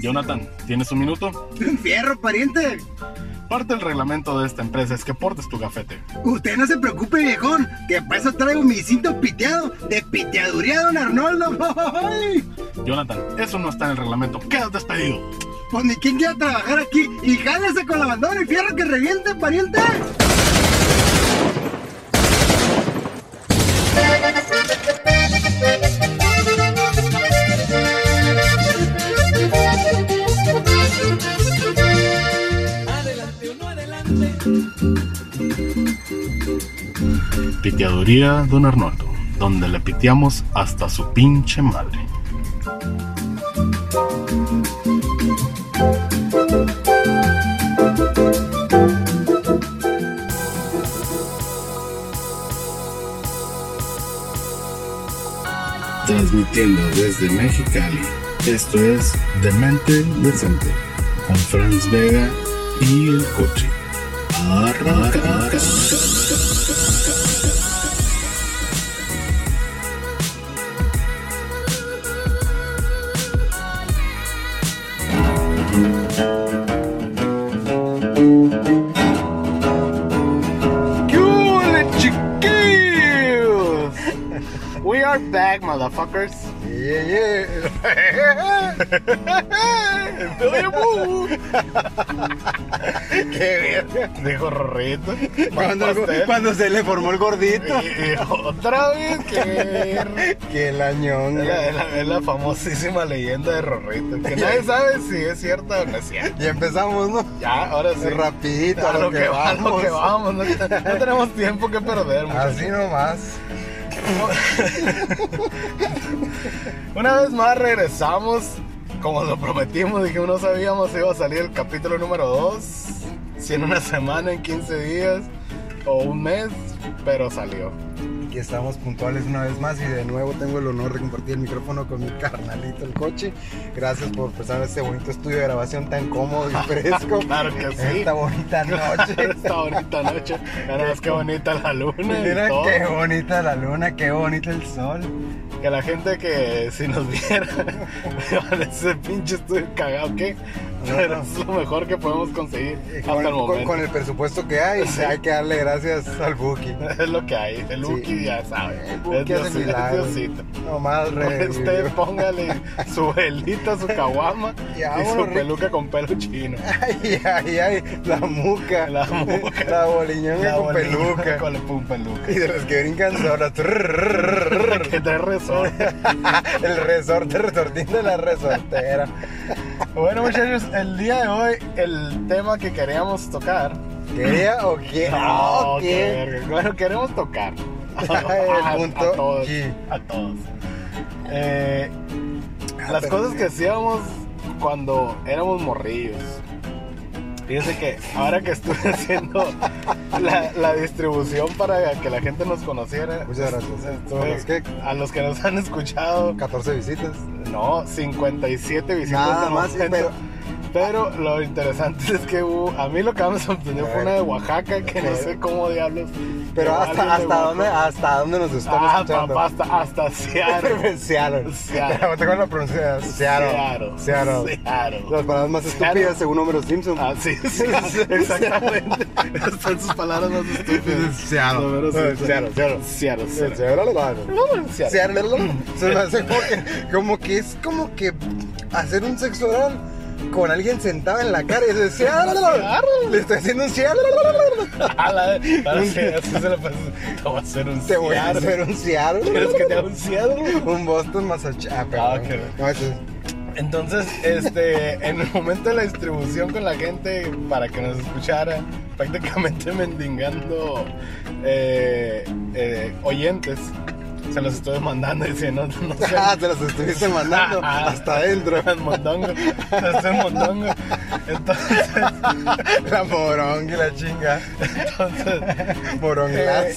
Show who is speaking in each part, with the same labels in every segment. Speaker 1: Jonathan, ¿tienes un minuto?
Speaker 2: ¡Fierro, pariente!
Speaker 1: Parte del reglamento de esta empresa es que portes tu gafete.
Speaker 2: Usted no se preocupe, viejón, que para eso traigo mi cinto piteado de piteaduría, don Arnoldo. ¡Ay!
Speaker 1: Jonathan, eso no está en el reglamento. Quedas despedido.
Speaker 2: Pues ni quien quiera trabajar aquí y jálese con la bandona y fierro que reviente, pariente.
Speaker 1: Piteaduría Don Arnoldo, donde le piteamos hasta su pinche madre. Transmitiendo desde Mexicali, esto es Demente Decente, con Franz Vega y el coche. Arranca. ¿Qué huele, chiquillos? We are back, motherfuckers.
Speaker 2: Yeah, yeah.
Speaker 1: Qué bien. Dijo Rorrito. Pues,
Speaker 2: Cuando,
Speaker 1: ¿eh?
Speaker 2: cuando se le formó el gordito.
Speaker 1: Otra vez, que
Speaker 2: Que la
Speaker 1: es la,
Speaker 2: ñonga.
Speaker 1: es la- es la famosísima leyenda de Rorrito. Que nadie sabe si es cierta o no es cierta.
Speaker 2: Y empezamos, ¿no?
Speaker 1: Ya, ahora sí.
Speaker 2: Rapidito,
Speaker 1: a lo que, vamos. a lo que vamos. No, no tenemos tiempo que perder, muchachos.
Speaker 2: Así nomás.
Speaker 1: Una vez más regresamos. Como lo prometimos, dijimos no sabíamos si iba a salir el capítulo número 2. Si en una semana, en 15 días o un mes, pero salió.
Speaker 2: Aquí estamos puntuales una vez más y de nuevo tengo el honor de compartir el micrófono con mi carnalito el coche. Gracias por prestarme este bonito estudio de grabación tan cómodo y fresco.
Speaker 1: Claro que sí.
Speaker 2: Esta bonita noche.
Speaker 1: Esta bonita noche. Mira, es que bonita la luna. y
Speaker 2: Mira
Speaker 1: todo.
Speaker 2: qué bonita la luna, qué bonito el sol.
Speaker 1: Que la gente que si nos viera, iban a ese pinche estudio cagado, ¿qué? Pero
Speaker 2: No, no.
Speaker 1: es lo mejor que podemos conseguir hasta
Speaker 2: Y Eh, Con,
Speaker 1: el
Speaker 2: con-
Speaker 1: momento.
Speaker 2: con el presupuesto que hay,
Speaker 1: Sí.
Speaker 2: hay que darle gracias al Buki.
Speaker 1: Es lo que hay. El
Speaker 2: Sí.
Speaker 1: Uki ya sabe.
Speaker 2: El Buki
Speaker 1: es
Speaker 2: hace
Speaker 1: Dios-
Speaker 2: milagros.
Speaker 1: es Diosito.
Speaker 2: Nomás re.
Speaker 1: Usted este, póngale su velita, su caguama
Speaker 2: Y
Speaker 1: y,
Speaker 2: vámonos,
Speaker 1: su
Speaker 2: Ricky.
Speaker 1: peluca con pelo chino.
Speaker 2: Ay, ay, ay, la muca.
Speaker 1: La muca.
Speaker 2: La boliñonga
Speaker 1: La
Speaker 2: con
Speaker 1: bolita
Speaker 2: peluca.
Speaker 1: Con el pum peluca.
Speaker 2: Y de los que brincan solas.
Speaker 1: que trae resorte.
Speaker 2: El resorte, resortín de la resortera.
Speaker 1: Bueno, muchachos, el día de hoy, el tema que queríamos tocar.
Speaker 2: ¿Quería o qué?
Speaker 1: No,
Speaker 2: Ah,
Speaker 1: qué
Speaker 2: ¿qué?
Speaker 1: verga. Bueno, queremos tocar.
Speaker 2: El punto
Speaker 1: a todos.
Speaker 2: G.
Speaker 1: A todos. Eh,
Speaker 2: Ah,
Speaker 1: las
Speaker 2: pero
Speaker 1: cosas
Speaker 2: sí.
Speaker 1: que hacíamos cuando éramos morrillos. Fíjense que ahora que estuve haciendo la, la distribución para que la gente nos conociera.
Speaker 2: Muchas gracias.
Speaker 1: estuve-
Speaker 2: ¿A los qué?
Speaker 1: a los que nos han escuchado,
Speaker 2: 14 visitas.
Speaker 1: no, 57 visitas.
Speaker 2: Nada
Speaker 1: de
Speaker 2: más,
Speaker 1: momento.
Speaker 2: pero-
Speaker 1: Pero lo interesante es que hubo- a mí lo que más me sorprendió fue una de Oaxaca que no sé cómo diablos.
Speaker 2: Pero
Speaker 1: llegó
Speaker 2: hasta,
Speaker 1: alguien de
Speaker 2: hasta, dónde,
Speaker 1: Oaxaca.
Speaker 2: hasta dónde nos están
Speaker 1: Ah,
Speaker 2: escuchando.
Speaker 1: papá, hasta, hasta Seattle.
Speaker 2: Seattle.
Speaker 1: Seattle.
Speaker 2: Ahorita con la pronunciación. Seattle. Seattle. Las
Speaker 1: Seattle. Ah,
Speaker 2: palabras más
Speaker 1: Seattle.
Speaker 2: estúpidas según Homero Simpson.
Speaker 1: Así es, exactamente. Estas son sus palabras más estúpidas.
Speaker 2: Seattle.
Speaker 1: No, pero sí,
Speaker 2: Seattle,
Speaker 1: Seattle,
Speaker 2: Seattle. Seattle.
Speaker 1: Seattle.
Speaker 2: Seattle.
Speaker 1: Seattle.
Speaker 2: Seattle. Se me hace como que, como que es como que hacer un sexo oral con alguien sentado en la cara y dice Seattle. Le estoy haciendo un Seattle.
Speaker 1: A la de- ahora sí, así se lo pasas. Te voy a hacer un Seattle.
Speaker 2: Te voy a hacer un
Speaker 1: ¿Quieres que
Speaker 2: Seattle.
Speaker 1: te haga un Seattle?
Speaker 2: Un Boston Massachusetts.
Speaker 1: Ah, ok.
Speaker 2: No, eso es-
Speaker 1: Entonces, este, en el momento de la distribución con la gente para que nos escuchara, prácticamente mendigando eh, eh, oyentes, se los estuve mandando diciendo, no, no sé.
Speaker 2: Ah, te las estuviste
Speaker 1: Ah,
Speaker 2: mandando hasta adentro.
Speaker 1: mondongo, se los estoy mondongo. Entonces,
Speaker 2: La moronga y la chinga.
Speaker 1: entonces
Speaker 2: Morongas.
Speaker 1: eh,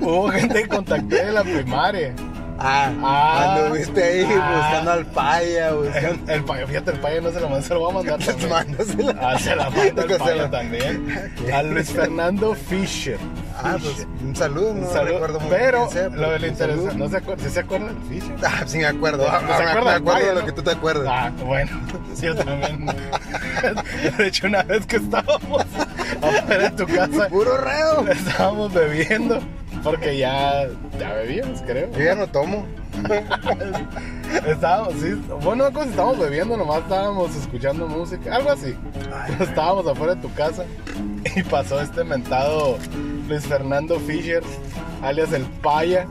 Speaker 1: hubo gente que contacté de la primaria.
Speaker 2: Ah,
Speaker 1: Ah.
Speaker 2: anduviste ahí
Speaker 1: Ah.
Speaker 2: buscando al paya, buscando.
Speaker 1: El payo, fíjate, el payo no se lo manda, se lo va a mandar
Speaker 2: Entonces,
Speaker 1: también.
Speaker 2: mándasela.
Speaker 1: Ah, se la manda
Speaker 2: Que
Speaker 1: el
Speaker 2: se
Speaker 1: payo
Speaker 2: la-
Speaker 1: también. A Luis Fernando Fisher.
Speaker 2: Ah, pues un saludo,
Speaker 1: Un
Speaker 2: no
Speaker 1: saludo.
Speaker 2: recuerdo muy
Speaker 1: pero
Speaker 2: bien quién sea,
Speaker 1: lo del
Speaker 2: un
Speaker 1: interesante,
Speaker 2: saludo.
Speaker 1: ¿no se acuerdan? ¿Sí se acuerdan? Fisher?
Speaker 2: Ah, sí me acuerdo.
Speaker 1: ¿Se
Speaker 2: Ah, me,
Speaker 1: acuerda
Speaker 2: me
Speaker 1: del
Speaker 2: acuerdo
Speaker 1: Paya,
Speaker 2: de lo
Speaker 1: no?
Speaker 2: que tú te acuerdas.
Speaker 1: Ah, bueno, sí, yo también. De hecho, una vez que estábamos afuera de tu casa,
Speaker 2: Puro reo.
Speaker 1: estábamos bebiendo, porque ya, ya bebíamos, creo.
Speaker 2: Yo ya no tomo.
Speaker 1: Estábamos, sí, bueno, no como estábamos bebiendo, nomás estábamos escuchando música, algo así. Estábamos afuera de tu casa y pasó este mentado Luis Fernando Fisher, alias el Paya.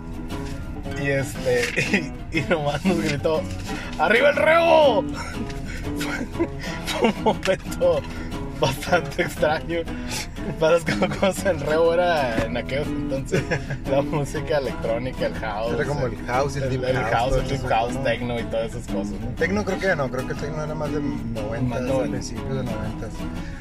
Speaker 1: Y este, y, y nomás nos gritó: ¡Arriba el rebo! Fue un momento bastante extraño. Para las cosas, el rebo era en aquellos entonces la música electrónica, el house.
Speaker 2: Era como el house, el, deep
Speaker 1: el house,
Speaker 2: todo
Speaker 1: el deep
Speaker 2: eso,
Speaker 1: house,
Speaker 2: ¿no?
Speaker 1: techno y todas esas cosas. ¿no?
Speaker 2: Tecno creo que no, creo que el tecno era más de 90,
Speaker 1: Más noventa.
Speaker 2: principios de 90.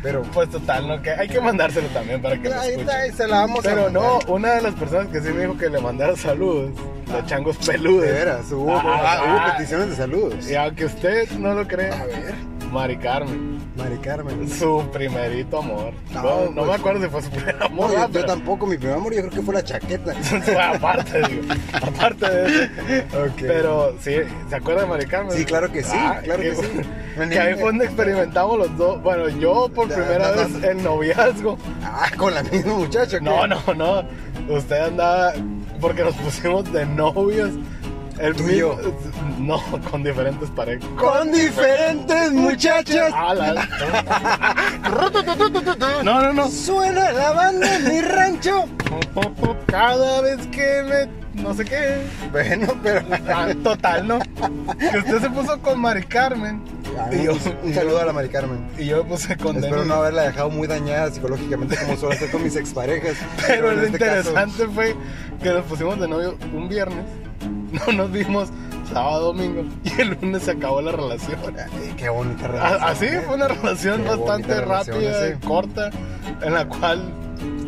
Speaker 2: Pero
Speaker 1: Pues total, ¿no? Que hay que mandárselo también para que lo
Speaker 2: ahí está, ahí
Speaker 1: escuchen.
Speaker 2: se la vamos a
Speaker 1: Pero no,
Speaker 2: mandar.
Speaker 1: una de las personas que sí me dijo que le mandara saludos, los changos peludos.
Speaker 2: De veras, hubo,
Speaker 1: Ah,
Speaker 2: ah,
Speaker 1: ah.
Speaker 2: hubo peticiones de saludos.
Speaker 1: Y aunque usted no lo crea,
Speaker 2: A ver,
Speaker 1: Mari Carmen,
Speaker 2: Mari Carmen.
Speaker 1: su primerito amor. No,
Speaker 2: No,
Speaker 1: no, me
Speaker 2: pues-
Speaker 1: acuerdo si fue su primer
Speaker 2: No,
Speaker 1: amor.
Speaker 2: yo,
Speaker 1: ¿verdad?
Speaker 2: yo
Speaker 1: Pero-
Speaker 2: tampoco, mi primer amor yo creo que fue la chaqueta.
Speaker 1: aparte, digo, aparte de eso.
Speaker 2: Ok.
Speaker 1: Pero sí, ¿se acuerda de Mari Carmen? Ah,
Speaker 2: Sí, claro que sí, claro que
Speaker 1: qué
Speaker 2: sí.
Speaker 1: bueno.
Speaker 2: Me
Speaker 1: Que ahí
Speaker 2: ni-
Speaker 1: fue donde experimentamos los dos. Bueno, yo por
Speaker 2: Ya,
Speaker 1: primera
Speaker 2: no, no,
Speaker 1: vez
Speaker 2: no.
Speaker 1: el noviazgo.
Speaker 2: Ah, con la misma muchacha. ¿qué?
Speaker 1: No, no, no. Usted andaba porque nos pusimos de novios. El
Speaker 2: ¿Tú y yo?
Speaker 1: No, con diferentes parejas.
Speaker 2: Con diferentes muchachas.
Speaker 1: Ah, la- la- No, no, no.
Speaker 2: Suena la banda en mi rancho.
Speaker 1: Cada vez que me. No sé qué.
Speaker 2: Bueno, pero.
Speaker 1: Ah, Total, ¿no? Que usted se puso con Mari Carmen. Y yo,
Speaker 2: Un saludo a la Mari Carmen.
Speaker 1: y yo me puse con
Speaker 2: Ah, pues, Espero
Speaker 1: Denis.
Speaker 2: no haberla dejado muy dañada psicológicamente como suelo hacer con mis exparejas.
Speaker 1: Pero
Speaker 2: en
Speaker 1: lo
Speaker 2: este caso,
Speaker 1: interesante fue que nos pusimos de novio un viernes. No nos vimos sábado, domingo. Y el lunes se acabó la relación.
Speaker 2: ay, eh, qué bonita relación.
Speaker 1: A- Ah, Así
Speaker 2: ¿eh?
Speaker 1: fue una relación
Speaker 2: Qué
Speaker 1: bastante
Speaker 2: bonita relación,
Speaker 1: rápida,
Speaker 2: sí.
Speaker 1: corta, en la cual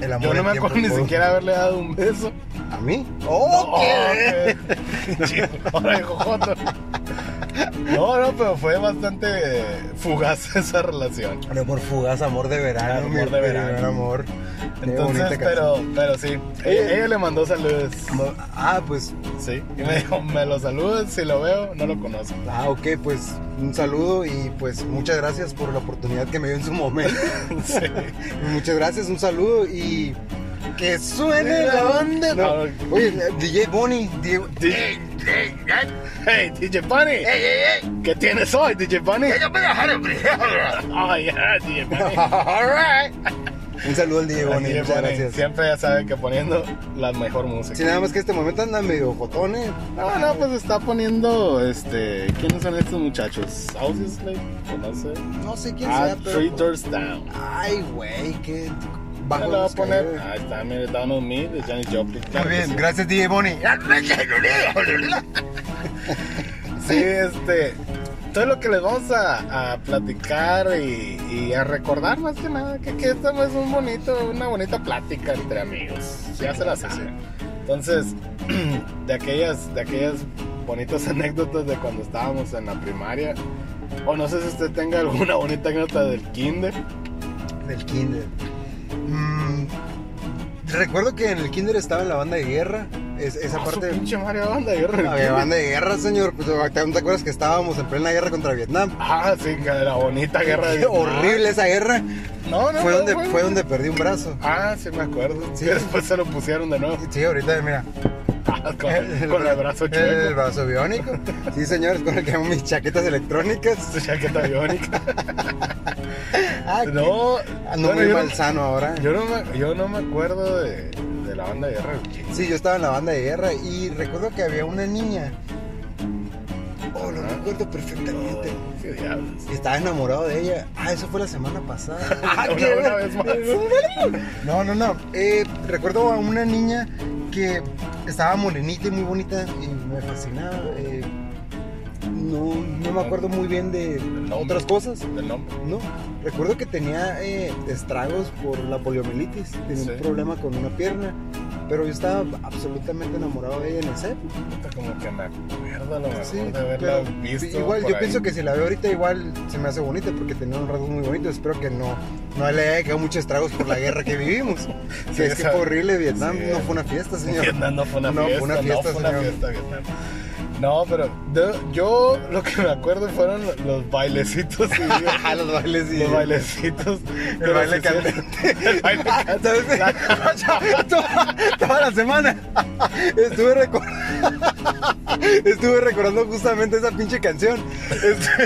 Speaker 2: El amor
Speaker 1: yo no
Speaker 2: en
Speaker 1: me
Speaker 2: tiempo
Speaker 1: acuerdo ni
Speaker 2: todo.
Speaker 1: siquiera haberle dado un beso.
Speaker 2: ¿A mí? ¡Oh, qué!
Speaker 1: No, qué- Ahora de jojoto. No, no, pero fue bastante fugaz esa relación.
Speaker 2: Un amor fugaz, amor de verano.
Speaker 1: Amor
Speaker 2: mi
Speaker 1: de verano.
Speaker 2: primer amor. Qué
Speaker 1: Entonces,
Speaker 2: bonita canción.
Speaker 1: pero, pero sí, ella, ella le mandó saludos.
Speaker 2: Ah, pues.
Speaker 1: Sí, y me dijo, me lo saludas, si lo veo, no lo conozco.
Speaker 2: Ah, ok, pues un saludo y pues muchas gracias por la oportunidad que me dio en su momento.
Speaker 1: Sí.
Speaker 2: Muchas gracias, un saludo y que suene la banda.
Speaker 1: No.
Speaker 2: Oye, DJ Bonnie, DJ...
Speaker 1: DJ, hey, DJ Bunny. ¿Qué tienes hoy, DJ Bunny? Oh, yeah, DJ Bunny.
Speaker 2: un saludo al DJ
Speaker 1: Así
Speaker 2: Bonnie,
Speaker 1: le
Speaker 2: muchas
Speaker 1: ponen.
Speaker 2: gracias.
Speaker 1: Siempre ya saben que poniendo la mejor música.
Speaker 2: Si nada más que este momento anda medio jotón, eh.
Speaker 1: No, no, pues está poniendo, este, ¿quiénes son estos muchachos? Obviously, no sé.
Speaker 2: No sé quién
Speaker 1: Ah,
Speaker 2: sea,
Speaker 1: Three
Speaker 2: pero.
Speaker 1: Doors Down.
Speaker 2: Ay, güey, qué
Speaker 1: ¿Qué
Speaker 2: bajo
Speaker 1: le va a
Speaker 2: nos cayó,
Speaker 1: poner?
Speaker 2: eh.
Speaker 1: Ahí está, mire, Down on Me de Janis Joplin. Claro
Speaker 2: Muy
Speaker 1: que
Speaker 2: bien,
Speaker 1: sí.
Speaker 2: gracias DJ Bonnie.
Speaker 1: Sí, este, todo lo que les vamos a, a platicar y, y a recordar más que nada, que, que esta es un bonito, una bonita plática entre amigos. Ya se las hace. Entonces, de aquellas, de aquellas bonitas anécdotas de cuando estábamos en la primaria, o no sé si usted tenga alguna bonita anécdota del kinder.
Speaker 2: Del kinder. Mm, recuerdo que en el kinder estaba en la banda de guerra. Es- esa
Speaker 1: Ah, su
Speaker 2: parte.
Speaker 1: pinche madre banda, yo recuerdo.
Speaker 2: Había banda de guerra, señor. Pues, ¿Te te acuerdas que estábamos en plena guerra contra Vietnam?
Speaker 1: Ah, sí, que la bonita guerra
Speaker 2: Qué
Speaker 1: de
Speaker 2: horrible esa guerra.
Speaker 1: No, no,
Speaker 2: Fue
Speaker 1: no,
Speaker 2: donde, fue donde perdí un brazo.
Speaker 1: Ah, sí me acuerdo.
Speaker 2: Sí.
Speaker 1: Que después se lo pusieron de nuevo.
Speaker 2: Sí, ahorita mira.
Speaker 1: Ah, con, el,
Speaker 2: Eh,
Speaker 1: con el brazo
Speaker 2: el- El
Speaker 1: chueco.
Speaker 2: brazo biónico. Sí, señores, con el que hago mis chaquetas electrónicas.
Speaker 1: Su chaqueta biónica.
Speaker 2: Ah, no.
Speaker 1: No,
Speaker 2: Ando
Speaker 1: bueno,
Speaker 2: muy
Speaker 1: yo
Speaker 2: mal
Speaker 1: no-
Speaker 2: sano ahora.
Speaker 1: Yo no me, yo no me acuerdo de, de la banda de guerra del Chile.
Speaker 2: Sí, yo estaba en la banda de guerra y recuerdo que había una niña. Oh, lo
Speaker 1: Ajá.
Speaker 2: recuerdo perfectamente.
Speaker 1: ¿Qué diablos?
Speaker 2: Y Estaba enamorado de ella. Ah, eso fue la semana pasada.
Speaker 1: Ah, una- una vez más.
Speaker 2: No, no, no. Eh, recuerdo a una niña que estaba morenita y muy bonita y me fascinaba. eh, no, no me acuerdo muy bien de
Speaker 1: nombre.
Speaker 2: otras cosas.
Speaker 1: Del nombre.
Speaker 2: No, recuerdo que tenía eh, estragos por la poliomielitis. Tenía
Speaker 1: Sí.
Speaker 2: un problema con una pierna. Pero yo estaba absolutamente enamorado de ella en el set.
Speaker 1: Puta, como que me acuerdo a lo mejor
Speaker 2: Sí,
Speaker 1: de haberla
Speaker 2: pero
Speaker 1: visto.
Speaker 2: igual
Speaker 1: por
Speaker 2: yo
Speaker 1: ahí.
Speaker 2: pienso que si la veo ahorita igual se me hace bonita porque tenía un rasgo muy bonito. Espero que no, no le haya quedado muchos tragos por la guerra que vivimos. Que
Speaker 1: Sí,
Speaker 2: es que
Speaker 1: esa-
Speaker 2: fue horrible Vietnam,
Speaker 1: sí.
Speaker 2: no fue una fiesta, señor.
Speaker 1: Vietnam no fue una
Speaker 2: No,
Speaker 1: fiesta.
Speaker 2: fue una fiesta,
Speaker 1: no fue una
Speaker 2: señor.
Speaker 1: fiesta, Vietnam. No, pero de- yo lo que me acuerdo fueron lo- los bailecitos. sí,
Speaker 2: A los bailes y
Speaker 1: Los bailecitos. pero
Speaker 2: baile Ah,
Speaker 1: sí, sí, El baile cantante.
Speaker 2: ¿Sabes? toda, toda la semana estuve recordando estuve recordando justamente esa pinche canción estuve,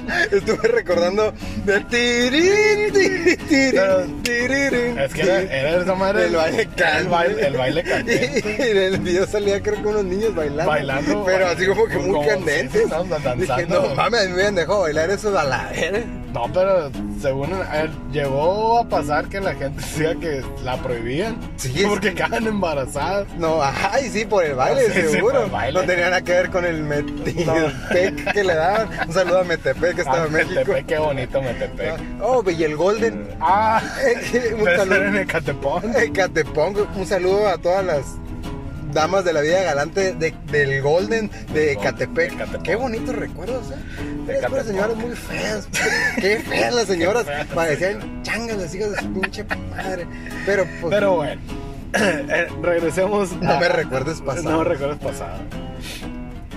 Speaker 2: estuve recordando de tirín, tirín, tirín, tirín,
Speaker 1: Es que era, era esa madre.
Speaker 2: El baile
Speaker 1: El baile, el baile
Speaker 2: y,
Speaker 1: cantante.
Speaker 2: y en el video salía creo que unos niños bailando
Speaker 1: Bailando,
Speaker 2: pero
Speaker 1: bailando,
Speaker 2: así como que muy
Speaker 1: como- sí, sí,
Speaker 2: candentes
Speaker 1: estaban dan-
Speaker 2: dije
Speaker 1: danzando.
Speaker 2: no mames a mí me habían dejado bailar eso a la verga
Speaker 1: No, pero según eh, llegó a pasar que la gente decía que la prohibían.
Speaker 2: Sí, es-
Speaker 1: Porque quedaban embarazadas.
Speaker 2: No, ajá, y sí, por el baile,
Speaker 1: Ah, sí, sí,
Speaker 2: seguro.
Speaker 1: por el baile.
Speaker 2: No tenía nada que ver con el Metepec que le daban. Un saludo a Metepec, que estaba
Speaker 1: Ah,
Speaker 2: en México.
Speaker 1: Metepec, qué bonito Metepec.
Speaker 2: Oh, y el Golden.
Speaker 1: Ah,
Speaker 2: Un
Speaker 1: pero eso
Speaker 2: saludo.
Speaker 1: era en Ecatepón.
Speaker 2: Eh, Catepong, un saludo a todas las damas de la vida galante de- del Golden de
Speaker 1: Golden,
Speaker 2: Catepec.
Speaker 1: de Ecatepec.
Speaker 2: Qué bonitos recuerdos, ¿eh?
Speaker 1: De
Speaker 2: Unas puras
Speaker 1: Ecatepec.
Speaker 2: señoras muy feas. Qué feas las señoras.
Speaker 1: Qué feas.
Speaker 2: Parecían changas las hijas de su pinche madre. Pero, pues,
Speaker 1: Pero bueno, eh, regresemos.
Speaker 2: no
Speaker 1: a-
Speaker 2: me recuerdes
Speaker 1: No
Speaker 2: pasado.
Speaker 1: me recuerdes pasado.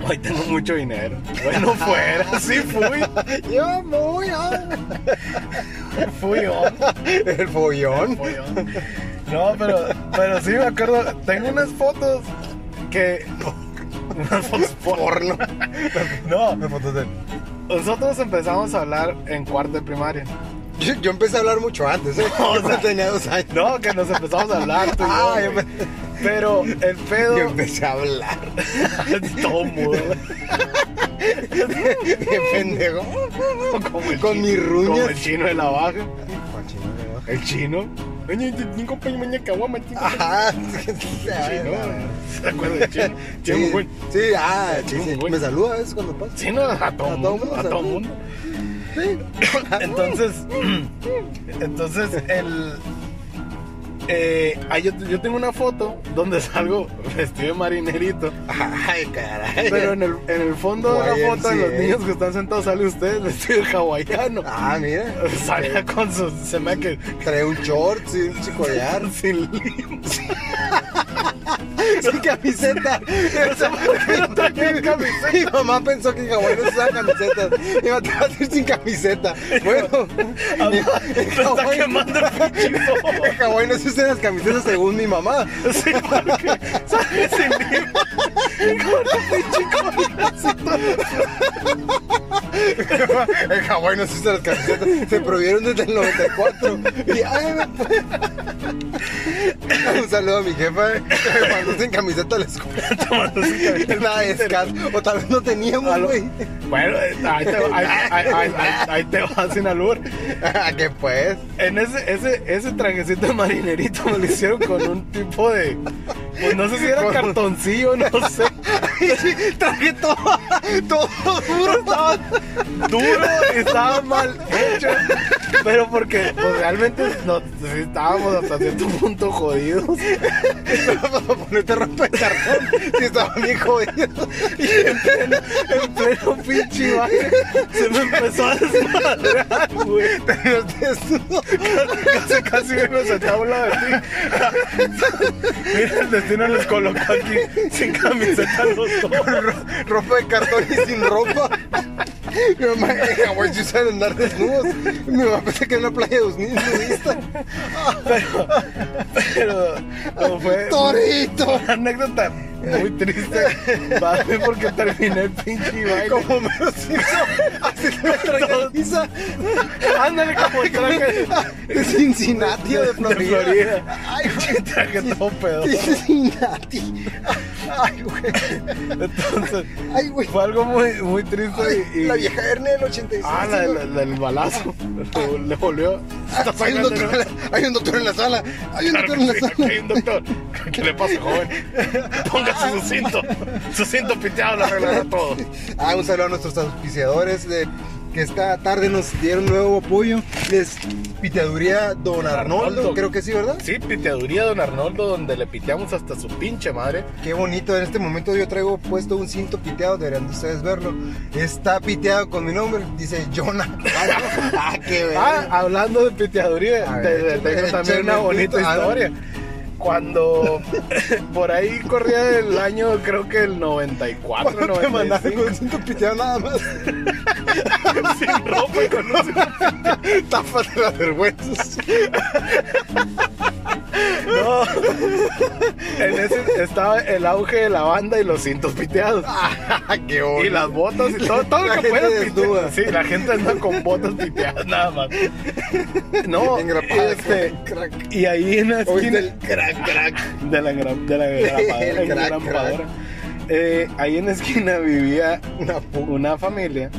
Speaker 1: Hoy tengo mucho dinero. Bueno, fuera, sí fui.
Speaker 2: Yo muy... ah.
Speaker 1: Fui on.
Speaker 2: El follón.
Speaker 1: Fui on. No, pero, pero sí me acuerdo. Tengo unas fotos que. Unas fotos porno. No,
Speaker 2: Me fotos de-
Speaker 1: nosotros empezamos a hablar en cuarto de primaria.
Speaker 2: Yo, yo empecé a hablar mucho antes, ¿eh?
Speaker 1: O
Speaker 2: Yo
Speaker 1: sea,
Speaker 2: tenía dos años.
Speaker 1: No, que nos empezamos a hablar tú y yo,
Speaker 2: Ah, yo
Speaker 1: güey.
Speaker 2: me-
Speaker 1: Pero el pedo.
Speaker 2: Yo empecé a hablar.
Speaker 1: Todo mudo.
Speaker 2: De pendejo.
Speaker 1: Como el
Speaker 2: Con
Speaker 1: chino-
Speaker 2: mis ruñas.
Speaker 1: Como el chino de la baja. El chino. Oye, te- cinco peña mañana caguama, cinco peña-
Speaker 2: Ajá. Chino.
Speaker 1: ¿Se acuerdan del chino? Chino muy
Speaker 2: Sí,
Speaker 1: bueno.
Speaker 2: sí, ah, sí,
Speaker 1: Chino,
Speaker 2: sí.
Speaker 1: güey.
Speaker 2: Me saluda a veces cuando pasa.
Speaker 1: Sí, no, a todo
Speaker 2: A todo
Speaker 1: mundo,
Speaker 2: mundo,
Speaker 1: a todo
Speaker 2: saluda.
Speaker 1: mundo.
Speaker 2: Sí.
Speaker 1: Entonces, entonces el eh, ah, yo, yo tengo una foto donde salgo vestido de marinerito,
Speaker 2: Ay, caray.
Speaker 1: pero en el, en el fondo de la foto de los
Speaker 2: YMCA.
Speaker 1: niños que están sentados sale usted vestido de hawaiano.
Speaker 2: Ah, mira.
Speaker 1: Salía con sus, se me ha que
Speaker 2: Trae un short, sí, un chico collar.
Speaker 1: sin lim-
Speaker 2: Sin camiseta.
Speaker 1: no traía camiseta.
Speaker 2: Mi mamá pensó que en Hawái no se usaban camisetas. Y me atrevo a decir sin camiseta. Bueno,
Speaker 1: Me
Speaker 2: en
Speaker 1: está
Speaker 2: Hawái-
Speaker 1: quemando el pinche ojo.
Speaker 2: en Hawái no se usan las camisetas según mi mamá.
Speaker 1: Sí, porque sale sin lim-
Speaker 2: En Hawái no se usan las camisetas. Se prohibieron desde el 94. Y, ay, me- Un saludo a mi jefa eh, que me mandó sin camiseta a la escuela.
Speaker 1: tomando sin camiseta.
Speaker 2: Nada de scat. O tal vez no teníamos,
Speaker 1: Aló.
Speaker 2: güey.
Speaker 1: Bueno, eh, ahí te, ahí- ahí- ahí- ahí- ahí te vas sin albur.
Speaker 2: ¿A qué pues?
Speaker 1: En ese, ese, ese trajecito de marinerito me lo hicieron con un tipo de. Pues no sé si era
Speaker 2: Con-
Speaker 1: cartoncillo, no sé.
Speaker 2: Traje todo, todo duro.
Speaker 1: Estaba duro y estaba mal hecho. Pero porque pues, realmente nos, sí estábamos hasta cierto punto jodidos.
Speaker 2: Para ponerte ropa de cartón. Si estaba bien jodido.
Speaker 1: En pleno pinche baile se me empezó a desmadrar, güey.
Speaker 2: Pero este desnudo.
Speaker 1: Casi, casi me sentaba a un lado de ti. Mira, el destino los colocó aquí sin camiseta los dos.
Speaker 2: ropa de cartón y sin ropa. Mi mamá, en Hawái se usan andar desnudos. Mi mamá pensé que era una playa de dos niños nudista.
Speaker 1: Pero no fue
Speaker 2: ¡Torito!
Speaker 1: una anécdota muy triste. Vale, porque terminé el pinche baile.
Speaker 2: Como Homero Simpson. Así te va a traer camisa
Speaker 1: Ándale como el traje
Speaker 2: de Cincinnati o de Florida.
Speaker 1: De Florida.
Speaker 2: Ay, güey.
Speaker 1: Traje todo pedo.
Speaker 2: De Cincinnati. Ay, güey.
Speaker 1: Entonces,
Speaker 2: Ay, güey.
Speaker 1: fue algo muy, muy triste y. y-
Speaker 2: La vieja hernia del 86.
Speaker 1: Ah, la, la- la- el balazo. Le- Le volvió. Está
Speaker 2: Hay un,
Speaker 1: sangrando,
Speaker 2: Ah,
Speaker 1: ¿no?
Speaker 2: doctor, en la- hay un doctor en la sala. Hay un doctor en la
Speaker 1: Claro que sí,
Speaker 2: sala.
Speaker 1: aquí hay un doctor. ¿Qué le pasa, joven? Póngase su cinto. Su cinto piteado lo arreglará todo.
Speaker 2: Ah, un saludo a nuestros auspiciadores de que esta tarde nos dieron nuevo apoyo. Les piteaduría Don Arnoldo,
Speaker 1: Arnoldo.
Speaker 2: creo que sí, ¿verdad?
Speaker 1: Sí, piteaduría Don Arnoldo, donde le piteamos hasta su pinche madre.
Speaker 2: Qué bonito, en este momento yo traigo puesto un cinto piteado, deberían de ustedes verlo. Está piteado con mi nombre, dice Jonah. ah, qué
Speaker 1: Ah,
Speaker 2: verga.
Speaker 1: hablando de piteaduría,
Speaker 2: A
Speaker 1: te,
Speaker 2: ver,
Speaker 1: te tengo
Speaker 2: échame-
Speaker 1: también
Speaker 2: échame
Speaker 1: una
Speaker 2: el
Speaker 1: bonita
Speaker 2: pito, a ver.
Speaker 1: historia. Cuando por ahí corría el año, creo que el 94,
Speaker 2: Cuando te mandaron
Speaker 1: 95,
Speaker 2: con un cinto piteado nada más.
Speaker 1: sin ropa y con un
Speaker 2: Tápate las vergüenzas.
Speaker 1: No. En ese estaba el auge de la banda y los cintos piteados.
Speaker 2: Ah, qué bonito.
Speaker 1: Y las botas y todo, todo
Speaker 2: La
Speaker 1: lo que
Speaker 2: gente
Speaker 1: puedas
Speaker 2: desnuda.
Speaker 1: pitear. Sí, la gente anda con botas piteadas nada más. No,
Speaker 2: Engrapadas,
Speaker 1: este,
Speaker 2: crack, crack.
Speaker 1: y ahí en la
Speaker 2: Oíste
Speaker 1: esquina
Speaker 2: el crack, crack.
Speaker 1: de la gra- de la grapadora,
Speaker 2: El crack,
Speaker 1: engrapadora. Eh, ahí en la esquina vivía una, una familia.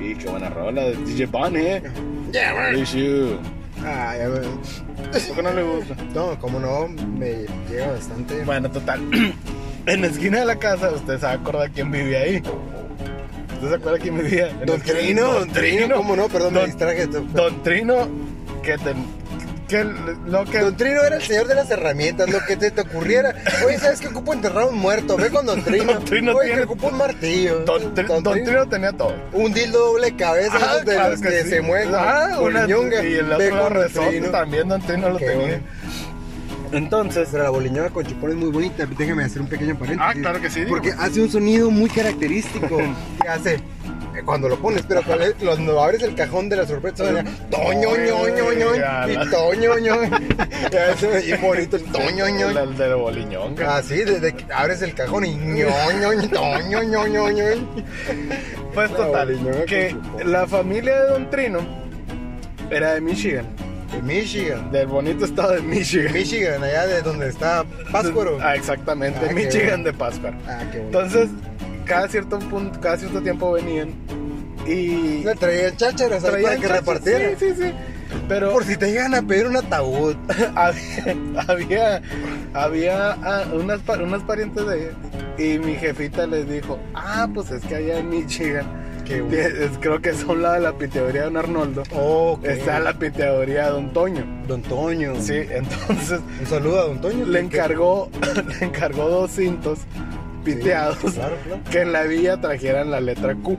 Speaker 1: Y qué buena rola de DJ Bunny, eh.
Speaker 2: Yeah, man.
Speaker 1: Wish you.
Speaker 2: Ah, ya veo.
Speaker 1: ¿Por qué no le gusta?
Speaker 2: No, como no, me llega bastante.
Speaker 1: Bueno, total. En la esquina de la casa, usted se acuerda quién vivía ahí. ¿Usted se acuerda quién vivía? En la
Speaker 2: Don
Speaker 1: esquina-
Speaker 2: Trino, Don Trino, cómo no, perdón, me
Speaker 1: Don-
Speaker 2: distraje. Don,
Speaker 1: Don Trino, que te. Que lo que.
Speaker 2: Don Trino era el señor de las herramientas, lo que te, te ocurriera. Oye, ¿sabes qué ocupo enterrar un muerto? Ve con Don Trino.
Speaker 1: Don Trino
Speaker 2: Oye,
Speaker 1: tiene-
Speaker 2: que ocupo un martillo.
Speaker 1: Don, Tri- Don Trino tenía todo.
Speaker 2: Un dildo doble cabeza
Speaker 1: Ah,
Speaker 2: esos de
Speaker 1: claro
Speaker 2: los
Speaker 1: que
Speaker 2: que
Speaker 1: sí.
Speaker 2: se mueven.
Speaker 1: Ah,
Speaker 2: con
Speaker 1: una-
Speaker 2: ñonga.
Speaker 1: Y el
Speaker 2: Ve
Speaker 1: otro
Speaker 2: con Don
Speaker 1: resorte
Speaker 2: Trino.
Speaker 1: también, Don Trino lo
Speaker 2: Qué
Speaker 1: tenía.
Speaker 2: bien.
Speaker 1: Entonces,
Speaker 2: Pero la boliñola con chupón es muy bonita. Déjame hacer un pequeño paréntesis.
Speaker 1: Ah, claro que sí,
Speaker 2: Porque hace un sonido muy característico. que hace eh, cuando lo pones, pero cuando, le- cuando abres el cajón de la sorpresa, suena toño, ño, ño, ño,
Speaker 1: Ya, la-
Speaker 2: y toño, ño. Y hace bien bonito el toño, ño. Ah,
Speaker 1: el, el del boliñón. que-
Speaker 2: Así, desde que abres el cajón y ño, ño, ño, toño, ño, ño, ño.
Speaker 1: Pues
Speaker 2: La
Speaker 1: total,
Speaker 2: boliñona
Speaker 1: que
Speaker 2: con chupón.
Speaker 1: la familia de Don Trino era de Michigan,
Speaker 2: De Michigan.
Speaker 1: del bonito estado de Michigan.
Speaker 2: Michigan, allá de donde está Páscuaro.
Speaker 1: Ah, exactamente,
Speaker 2: Ah, qué
Speaker 1: Michigan
Speaker 2: bueno.
Speaker 1: de Pascuaro.
Speaker 2: Ah, qué bonito.
Speaker 1: Entonces, cada cierto punto, cada cierto tiempo venían y
Speaker 2: Le traían chácharas ahí para
Speaker 1: traían
Speaker 2: que
Speaker 1: chachas,
Speaker 2: repartieran.
Speaker 1: Sí, sí, sí. Pero
Speaker 2: Por si te llegan a pedir un ataúd.
Speaker 1: había había, había, ah, unas, pa- unas parientes de ella y mi jefita les dijo, "Ah, pues es que allá en Michigan
Speaker 2: Qué
Speaker 1: es- creo que es a un lado de la piteoría de Don Arnoldo.
Speaker 2: Oh, qué
Speaker 1: Está Este, la piteoría de Don Toño.
Speaker 2: Don Toño.
Speaker 1: Sí, entonces
Speaker 2: Un saludo a Don Toño.
Speaker 1: le
Speaker 2: que-
Speaker 1: encargó le encargó dos cintos
Speaker 2: Sí,
Speaker 1: piteados
Speaker 2: claro, claro.
Speaker 1: que en la villa trajeran la letra Q.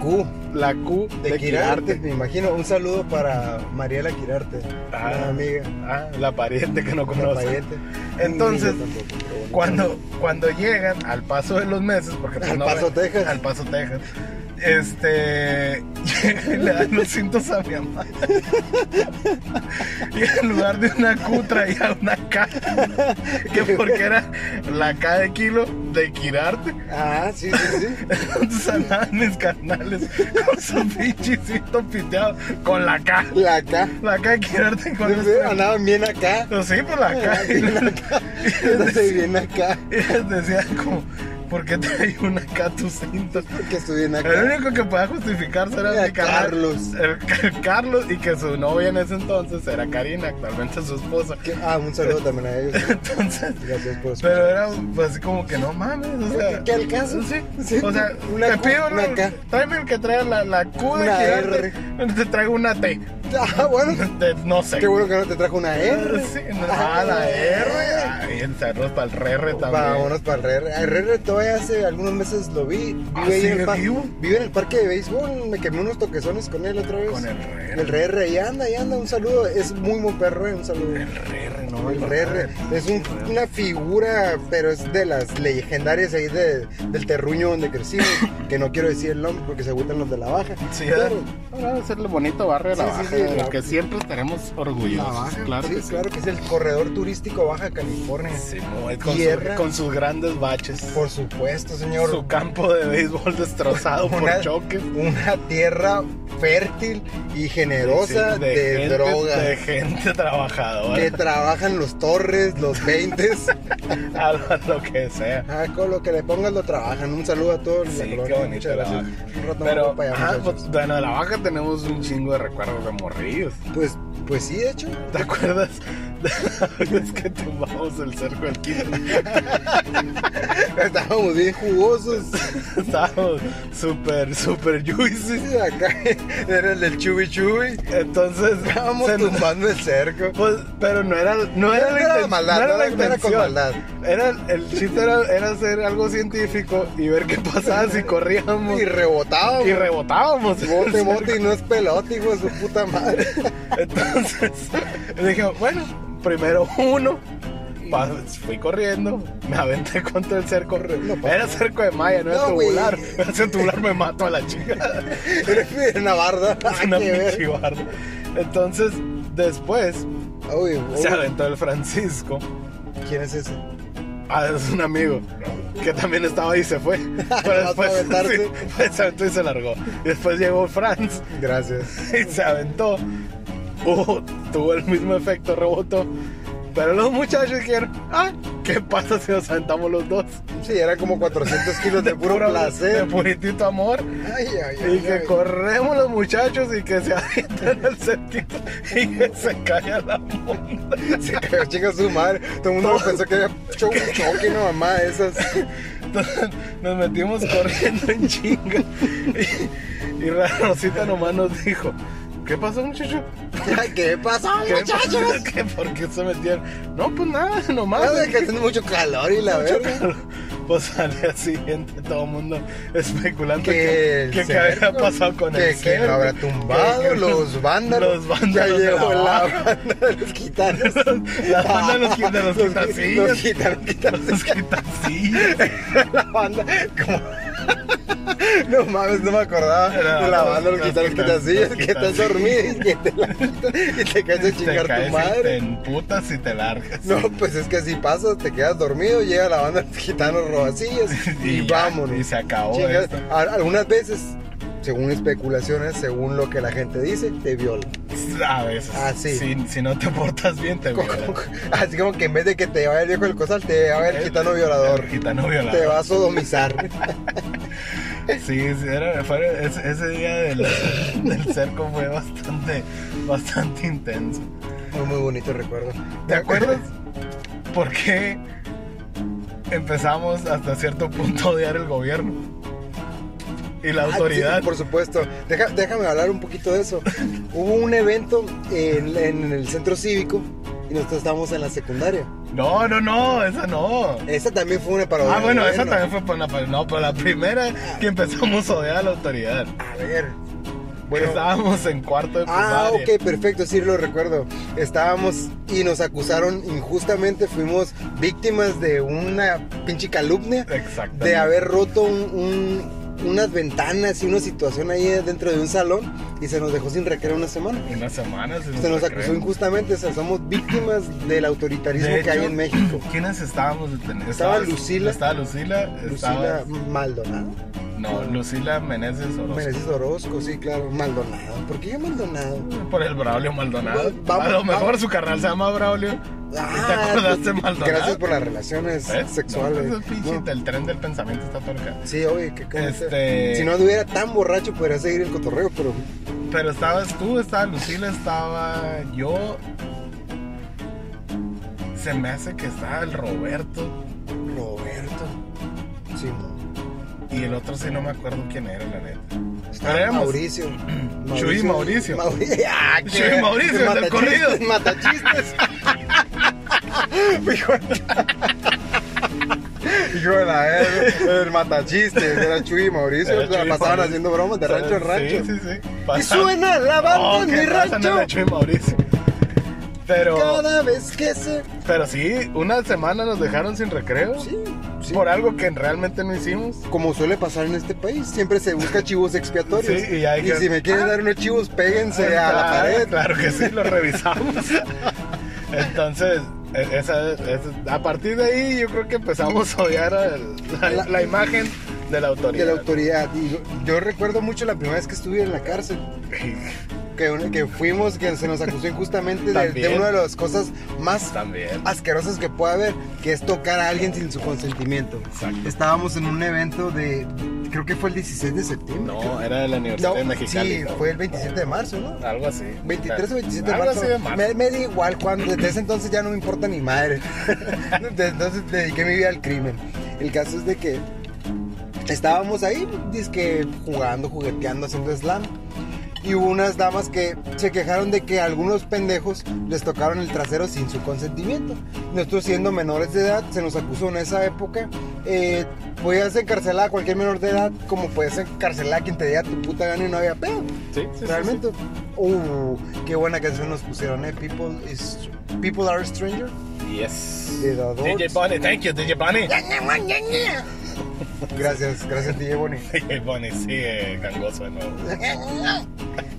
Speaker 2: Q.
Speaker 1: La Q
Speaker 2: De,
Speaker 1: de,
Speaker 2: Quirarte,
Speaker 1: Quirarte.
Speaker 2: me imagino. Un saludo para Mariela Quirarte,
Speaker 1: Ah.
Speaker 2: una amiga, una
Speaker 1: Ah, la pariente que no conoce.
Speaker 2: pariente.
Speaker 1: Entonces,
Speaker 2: Ni yo tampoco, pero bueno.
Speaker 1: Cuando, cuando llegan al paso de los meses, porque pues,
Speaker 2: Al
Speaker 1: no
Speaker 2: Paso,
Speaker 1: ven-
Speaker 2: Texas.
Speaker 1: al paso Texas, este llegan y le dan los cintos a mi mamá. Y en lugar de una Q traía una K. Que porque era la K de kilo de Quirarte.
Speaker 2: Ah, sí, sí, sí.
Speaker 1: Entonces andaban mis carnales con su pinchicito piteado con la K.
Speaker 2: La acá.
Speaker 1: La K de Quirarte con el-
Speaker 2: Andaban bien acá.
Speaker 1: Pues sí, por la
Speaker 2: Andaban bien
Speaker 1: calle.
Speaker 2: acá. Entonces, bien acá.
Speaker 1: Y les decía como, ¿por qué trae una acá tu cinto?
Speaker 2: Que estuvieron
Speaker 1: El
Speaker 2: acá.
Speaker 1: único que podía justificarse era
Speaker 2: Era
Speaker 1: mi carnal,
Speaker 2: Carlos.
Speaker 1: El, el Carlos y que su novia en ese entonces era Karina, actualmente su esposa.
Speaker 2: Que- ah, un saludo también a ellos.
Speaker 1: Entonces,
Speaker 2: Gracias por escuchar.
Speaker 1: pero era pues, así como que no mames, o sea...
Speaker 2: ¿Qué al caso?
Speaker 1: Sí,
Speaker 2: Sí,
Speaker 1: o sea,
Speaker 2: una
Speaker 1: te
Speaker 2: Q,
Speaker 1: pido
Speaker 2: una
Speaker 1: ¿no?
Speaker 2: K.
Speaker 1: tráeme el que traiga la, la Q de
Speaker 2: Una
Speaker 1: Quirarte, te traigo una T,
Speaker 2: Ah, bueno.
Speaker 1: de- no sé.
Speaker 2: Qué bueno que no te trajo una R.
Speaker 1: Sí, no, ah, la R, ay, encerros para el RR también.
Speaker 2: Ah. Vámonos para Herrera. A Herrera todavía hace algunos meses lo vi. Vive,
Speaker 1: Ah,
Speaker 2: ahí en
Speaker 1: ¿sigue
Speaker 2: el par-
Speaker 1: vivo?
Speaker 2: vive en el parque de béisbol. Me quemé unos toquezones con él otra vez.
Speaker 1: Con el RR.
Speaker 2: El RR, ahí anda, ahí anda. Un saludo. Es muy buen perro, eh, un saludo.
Speaker 1: El RR, no
Speaker 2: El
Speaker 1: me
Speaker 2: RR
Speaker 1: acordaba.
Speaker 2: es un- una figura, pero es de las legendarias ahí de- del terruño donde crecimos. que no quiero decir el nombre porque se agüitan los de la baja.
Speaker 1: Sí,
Speaker 2: Pero-
Speaker 1: ahora es el bonito barrio de la
Speaker 2: Sí,
Speaker 1: Baja,
Speaker 2: sí, sí,
Speaker 1: de
Speaker 2: la-
Speaker 1: lo que siempre estaremos
Speaker 2: La
Speaker 1: orgullosos.
Speaker 2: baja,
Speaker 1: claro
Speaker 2: sí,
Speaker 1: que sí.
Speaker 2: claro que es el corredor turístico Baja California.
Speaker 1: Sí, no, es con,
Speaker 2: Tierra.
Speaker 1: su- con sus grandes baches,
Speaker 2: Por supuesto, señor.
Speaker 1: su campo de béisbol destrozado
Speaker 2: Una-
Speaker 1: por choques.
Speaker 2: una tierra fértil y generosa
Speaker 1: Sí,
Speaker 2: de,
Speaker 1: gente-
Speaker 2: droga.
Speaker 1: De gente trabajadora,
Speaker 2: Que trabajan los torres, los veintes.
Speaker 1: a lo- a lo que sea.
Speaker 2: Ah, con lo que le pongas lo trabajan. Un saludo a todos. los de
Speaker 1: Sí,
Speaker 2: la
Speaker 1: qué
Speaker 2: colonia,
Speaker 1: bonito
Speaker 2: muchas gracias.
Speaker 1: trabajo.
Speaker 2: Un rato
Speaker 1: Pero,
Speaker 2: más para allá,
Speaker 1: ajá,
Speaker 2: muchachos.
Speaker 1: pues, bueno, de la baja tenemos un chingo de recuerdos de morrillos.
Speaker 2: pues, pues sí, de hecho.
Speaker 1: ¿Te acuerdas? es que tumbamos el cerco del quinto.
Speaker 2: Estábamos bien jugosos.
Speaker 1: Estábamos súper, súper juicy.
Speaker 2: Acá era el del chubi chubi.
Speaker 1: Entonces,
Speaker 2: Estábamos
Speaker 1: se-
Speaker 2: tumbando el cerco.
Speaker 1: pues, pero no era, no era,
Speaker 2: No
Speaker 1: la
Speaker 2: era
Speaker 1: inten-
Speaker 2: maldad,
Speaker 1: no era
Speaker 2: no
Speaker 1: la
Speaker 2: era- no era con
Speaker 1: intención.
Speaker 2: maldad.
Speaker 1: Era- el chiste era, era hacer algo científico y ver qué pasaba si corríamos
Speaker 2: Y rebotábamos.
Speaker 1: y rebotábamos.
Speaker 2: Bote, bote y no es pelote, hijo de su puta madre.
Speaker 1: Entonces, dije, bueno, primero uno. pa- Fui corriendo, me aventé contra el cerco.
Speaker 2: pa-
Speaker 1: Era cerco de malla, no era
Speaker 2: No, güey.
Speaker 1: tubular. Ese tubular me mato a la chingada.
Speaker 2: Eres una barda.
Speaker 1: Es una pinche guarda. Entonces, después
Speaker 2: Uy,
Speaker 1: se
Speaker 2: uy,
Speaker 1: aventó el Francisco.
Speaker 2: ¿Quién es ese?
Speaker 1: Ah, es un amigo que también estaba ahí y se fue. Pero
Speaker 2: Para
Speaker 1: después
Speaker 2: aventarse.
Speaker 1: sí, pues, se aventó y se largó. Y después llegó Franz
Speaker 2: Gracias.
Speaker 1: y se aventó. Hubo- tuvo el mismo efecto, rebotó. Pero los muchachos dijeron, ah, ¿qué pasa si nos aventamos los dos?
Speaker 2: Sí, era como 400 kilos de puro
Speaker 1: De
Speaker 2: placer.
Speaker 1: puritito amor.
Speaker 2: Ay, ay, ay.
Speaker 1: Y que
Speaker 2: ay.
Speaker 1: corremos los muchachos y que se avienten el cerquito y que se caiga la monda.
Speaker 2: Se cagó chinga su madre. Todo el mundo pensó que había hecho un choque, no mamá, de esas.
Speaker 1: Entonces, nos metimos corriendo en chinga. Y, y la Rosita nomás nos dijo, ¿qué pasó muchacho?
Speaker 2: Ay, ¿Qué pasó,
Speaker 1: ¿Qué
Speaker 2: muchachos?
Speaker 1: ¿Qué, ¿Por qué se metieron? No, pues nada, nomás.
Speaker 2: Nada, que haciendo mucho calor y la verga.
Speaker 1: Pues al día siguiente todo el mundo especulando
Speaker 2: Que
Speaker 1: que,
Speaker 2: el
Speaker 1: que, qué
Speaker 2: cerco,
Speaker 1: había pasado con
Speaker 2: Que,
Speaker 1: el
Speaker 2: que
Speaker 1: cerco,
Speaker 2: lo habrá
Speaker 1: que-
Speaker 2: tumbado,
Speaker 1: que-
Speaker 2: los vándalos.
Speaker 1: los vándalos de
Speaker 2: Ya llegó
Speaker 1: la
Speaker 2: la
Speaker 1: barra.
Speaker 2: banda de los gitanos.
Speaker 1: La banda de los qui- de los quitasillas.
Speaker 2: Los gitanos, gitanos.
Speaker 1: Los quitasillas.
Speaker 2: La banda, como... No mames, no me acordaba
Speaker 1: Era-
Speaker 2: de la banda de los
Speaker 1: los
Speaker 2: gitanos
Speaker 1: quitas-
Speaker 2: quitasillas,
Speaker 1: los
Speaker 2: que estás dormido y que te la quitan y te caes a
Speaker 1: Te
Speaker 2: chingar
Speaker 1: caes
Speaker 2: tu
Speaker 1: y te
Speaker 2: madre.
Speaker 1: emputas y te largas.
Speaker 2: No, pues es que así pasa, te quedas dormido, llega la banda de los gitanos robacillas y,
Speaker 1: ya,
Speaker 2: vámonos.
Speaker 1: Y se acabó
Speaker 2: Chingas-
Speaker 1: esto.
Speaker 2: a- algunas veces, según especulaciones, según lo que la gente dice, te viola.
Speaker 1: A veces.
Speaker 2: Ah, sí.
Speaker 1: Si, si no te portas bien, te violan.
Speaker 2: Así como que en vez de que te vaya el viejo del cosal, te va a ver el gitano violador.
Speaker 1: El gitano
Speaker 2: Te
Speaker 1: violador.
Speaker 2: va a sodomizar.
Speaker 1: Sí, sí, era, fue- ese, ese día del, del cerco fue bastante, bastante intenso.
Speaker 2: Muy, muy bonito recuerdo.
Speaker 1: ¿Te acuerdas por qué empezamos hasta cierto punto a odiar el gobierno? Y la
Speaker 2: Ah,
Speaker 1: autoridad.
Speaker 2: sí, por supuesto. Deja- déjame hablar un poquito de eso. Hubo un evento en, en el centro cívico y nosotros estábamos en la secundaria.
Speaker 1: No, no, no, esa no.
Speaker 2: Esa también fue una parodia.
Speaker 1: Ah,
Speaker 2: del
Speaker 1: bueno, esa
Speaker 2: gobierno.
Speaker 1: también fue por la... No, pero la primera que empezamos a odiar a la autoridad.
Speaker 2: A ver.
Speaker 1: Bueno,
Speaker 2: Bueno.
Speaker 1: estábamos en cuarto de
Speaker 2: Ah,
Speaker 1: primaria.
Speaker 2: ok, perfecto, sí lo recuerdo. Estábamos y nos acusaron injustamente, fuimos víctimas de una pinche calumnia
Speaker 1: Exactamente.
Speaker 2: de haber roto un- un- unas ventanas y una situación ahí dentro de un salón y se nos dejó sin recreo una semana.
Speaker 1: Unas semanas. en
Speaker 2: Se Este nos
Speaker 1: nuestra
Speaker 2: acusó
Speaker 1: crema.
Speaker 2: injustamente, o sea, somos víctimas del autoritarismo
Speaker 1: De
Speaker 2: que hay
Speaker 1: hecho,
Speaker 2: en México.
Speaker 1: ¿Quiénes estábamos detenidos?
Speaker 2: Estaba
Speaker 1: Estabas-
Speaker 2: Lucila.
Speaker 1: Estaba Lucila.
Speaker 2: Lucila
Speaker 1: Estaba,
Speaker 2: Maldonado.
Speaker 1: no, Lucila Meneses Orozco.
Speaker 2: Mereces Orozco, sí, claro. Maldonado. ¿Por qué yo Maldonado?
Speaker 1: Por el Braulio Maldonado.
Speaker 2: Bueno, vamos,
Speaker 1: a lo mejor
Speaker 2: vamos.
Speaker 1: su carnal se llama Braulio. ¿Y te acordaste de Maldonado?
Speaker 2: Ah, pues, Gracias por las relaciones
Speaker 1: ¿Ves?
Speaker 2: sexuales.
Speaker 1: No, ese pinche-
Speaker 2: No.
Speaker 1: El tren del pensamiento está torca.
Speaker 2: Sí, oye, qué cosa.
Speaker 1: Este-
Speaker 2: Si no anduviera tan borracho, podría seguir el cotorreo, pero
Speaker 1: Pero estabas tú, estaba Lucila, estaba yo. Se me hace que estaba el Roberto.
Speaker 2: Roberto. Sí, no.
Speaker 1: Y el otro sí no me acuerdo quién era, la neta.
Speaker 2: Estaba
Speaker 1: Éramos-
Speaker 2: Mauricio.
Speaker 1: Chuy Mauricio.
Speaker 2: Mauri- Ah, qué-
Speaker 1: Chuy Mauricio, el del
Speaker 2: matachistes,
Speaker 1: corrido.
Speaker 2: Matachistes. Hijo de- Hijo de la verga, el matachistes, era Chuy Mauricio,
Speaker 1: Era
Speaker 2: la
Speaker 1: Chuy
Speaker 2: pasaban
Speaker 1: Mauricio.
Speaker 2: haciendo bromas de rancho en rancho.
Speaker 1: Sí, sí, sí.
Speaker 2: Y
Speaker 1: Pasaban-
Speaker 2: suena la banda
Speaker 1: No,
Speaker 2: en
Speaker 1: que
Speaker 2: mi
Speaker 1: pasan en
Speaker 2: rancho.
Speaker 1: la Chuy Mauricio. Pero,
Speaker 2: Cada vez que se.
Speaker 1: pero sí, una semana nos dejaron sin recreo.
Speaker 2: Sí, sí.
Speaker 1: Por algo que realmente no hicimos.
Speaker 2: Como suele pasar en este país, siempre se busca chivos expiatorios.
Speaker 1: Sí, y hay que-
Speaker 2: si me quieren
Speaker 1: Ah.
Speaker 2: dar unos chivos, péguense
Speaker 1: Ah,
Speaker 2: a la
Speaker 1: claro,
Speaker 2: pared.
Speaker 1: Claro que sí, lo revisamos. Entonces, e- esa- esa- a partir de ahí yo creo que empezamos a odiar al- la,
Speaker 2: La-
Speaker 1: la imagen de la autoridad.
Speaker 2: De la autoridad. Y yo, yo recuerdo mucho la primera vez que estuve en la cárcel. que, que fuimos, que se nos acusó injustamente de, de
Speaker 1: También.
Speaker 2: una de las cosas más
Speaker 1: También.
Speaker 2: asquerosas que puede haber, que es tocar a alguien sin su consentimiento.
Speaker 1: Exacto.
Speaker 2: Estábamos en un evento de, creo que fue el 16 de septiembre.
Speaker 1: No, era de la Universidad de Mexicali.
Speaker 2: sí,
Speaker 1: ¿no?
Speaker 2: fue el 27 de marzo, ¿no?
Speaker 1: Algo así.
Speaker 2: 23 o 27 de
Speaker 1: Algo
Speaker 2: marzo.
Speaker 1: así de marzo.
Speaker 2: Me, me da igual cuando desde ese entonces ya no me importa ni madre. Desde entonces dediqué mi vida al crimen. El caso es de que estábamos ahí, dizque jugando, jugueteando, haciendo slam. Y hubo unas damas que se quejaron de que algunos pendejos les tocaron el trasero sin su consentimiento. Nosotros siendo menores de edad, se nos acusó en esa época, eh, podías encarcelar a cualquier menor de edad como podías encarcelar a quien te diera tu puta gana y no había pedo.
Speaker 1: Sí, sí, sí,
Speaker 2: Realmente, uh, qué buena canción nos pusieron, eh. People, is, People are stranger.
Speaker 1: sí. Yes.
Speaker 2: De la
Speaker 1: DJ
Speaker 2: Doors.
Speaker 1: Bunny, thank you, DJ Bunny.
Speaker 2: Gracias, gracias DJ Bonnie.
Speaker 1: DJ Bunny, sí, eh, gangoso de nuevo.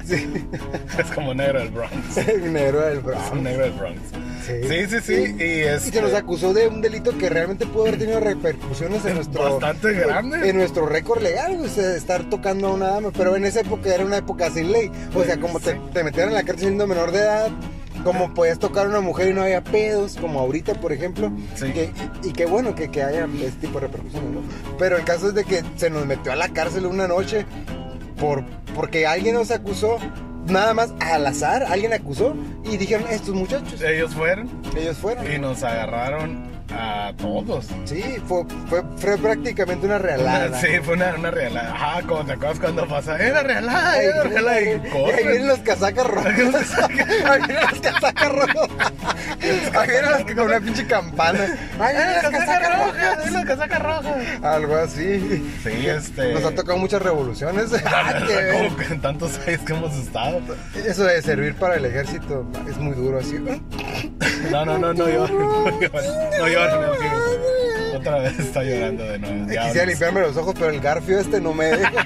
Speaker 2: Sí,
Speaker 1: Es como negro del Bronx.
Speaker 2: el negro
Speaker 1: Es
Speaker 2: del
Speaker 1: un
Speaker 2: Bronx.
Speaker 1: negro del Bronx.
Speaker 2: Sí.
Speaker 1: Sí, sí, sí. Y,
Speaker 2: Y
Speaker 1: este,
Speaker 2: se nos acusó de un delito que realmente pudo haber tenido repercusiones en nuestro
Speaker 1: Bastante grande.
Speaker 2: en nuestro récord legal, güey, o sea, estar tocando a una dama, pero en esa época era una época sin ley, o sea, como te,
Speaker 1: Sí.
Speaker 2: te metieron en la cárcel siendo menor de edad, como podías tocar a una mujer y no había pedos, como ahorita, por ejemplo,
Speaker 1: Sí.
Speaker 2: que- y qué bueno que, que haya este tipo de repercusiones, ¿no? Pero el caso es de que se nos metió a la cárcel una noche por, porque alguien nos acusó, nada más al azar, alguien acusó y dijeron, estos muchachos,
Speaker 1: Ellos fueron
Speaker 2: ellos fueron.
Speaker 1: y nos agarraron a todos.
Speaker 2: Sí, fue, fue, fue prácticamente una realada.
Speaker 1: Sí, fue una, una realada. Ajá, como te acuerdas cuando pasa. Era realada,
Speaker 2: Ay,
Speaker 1: era realada. Y
Speaker 2: y ahí vienen
Speaker 1: corren.
Speaker 2: los casacas rojas. Ahí vienen los casacas rojas. Ahí vienen los que con una pinche campana. Ahí
Speaker 1: ¡Eh,
Speaker 2: vienen las casacas
Speaker 1: casaca roja! ¡Eh,
Speaker 2: rojas.
Speaker 1: la casaca roja!
Speaker 2: Algo así.
Speaker 1: Sí, este.
Speaker 2: Nos han tocado muchas revoluciones. Ah, qué ver.
Speaker 1: Como que en tantos países que hemos estado.
Speaker 2: Eso de servir para el ejército es muy duro así.
Speaker 1: No, no, no, no llores. No llores, no llores, no llores. Otra vez está llorando de nuevo. Ya
Speaker 2: Quisiera
Speaker 1: ahora sí,
Speaker 2: limpiarme los ojos, pero el garfio este no me deja.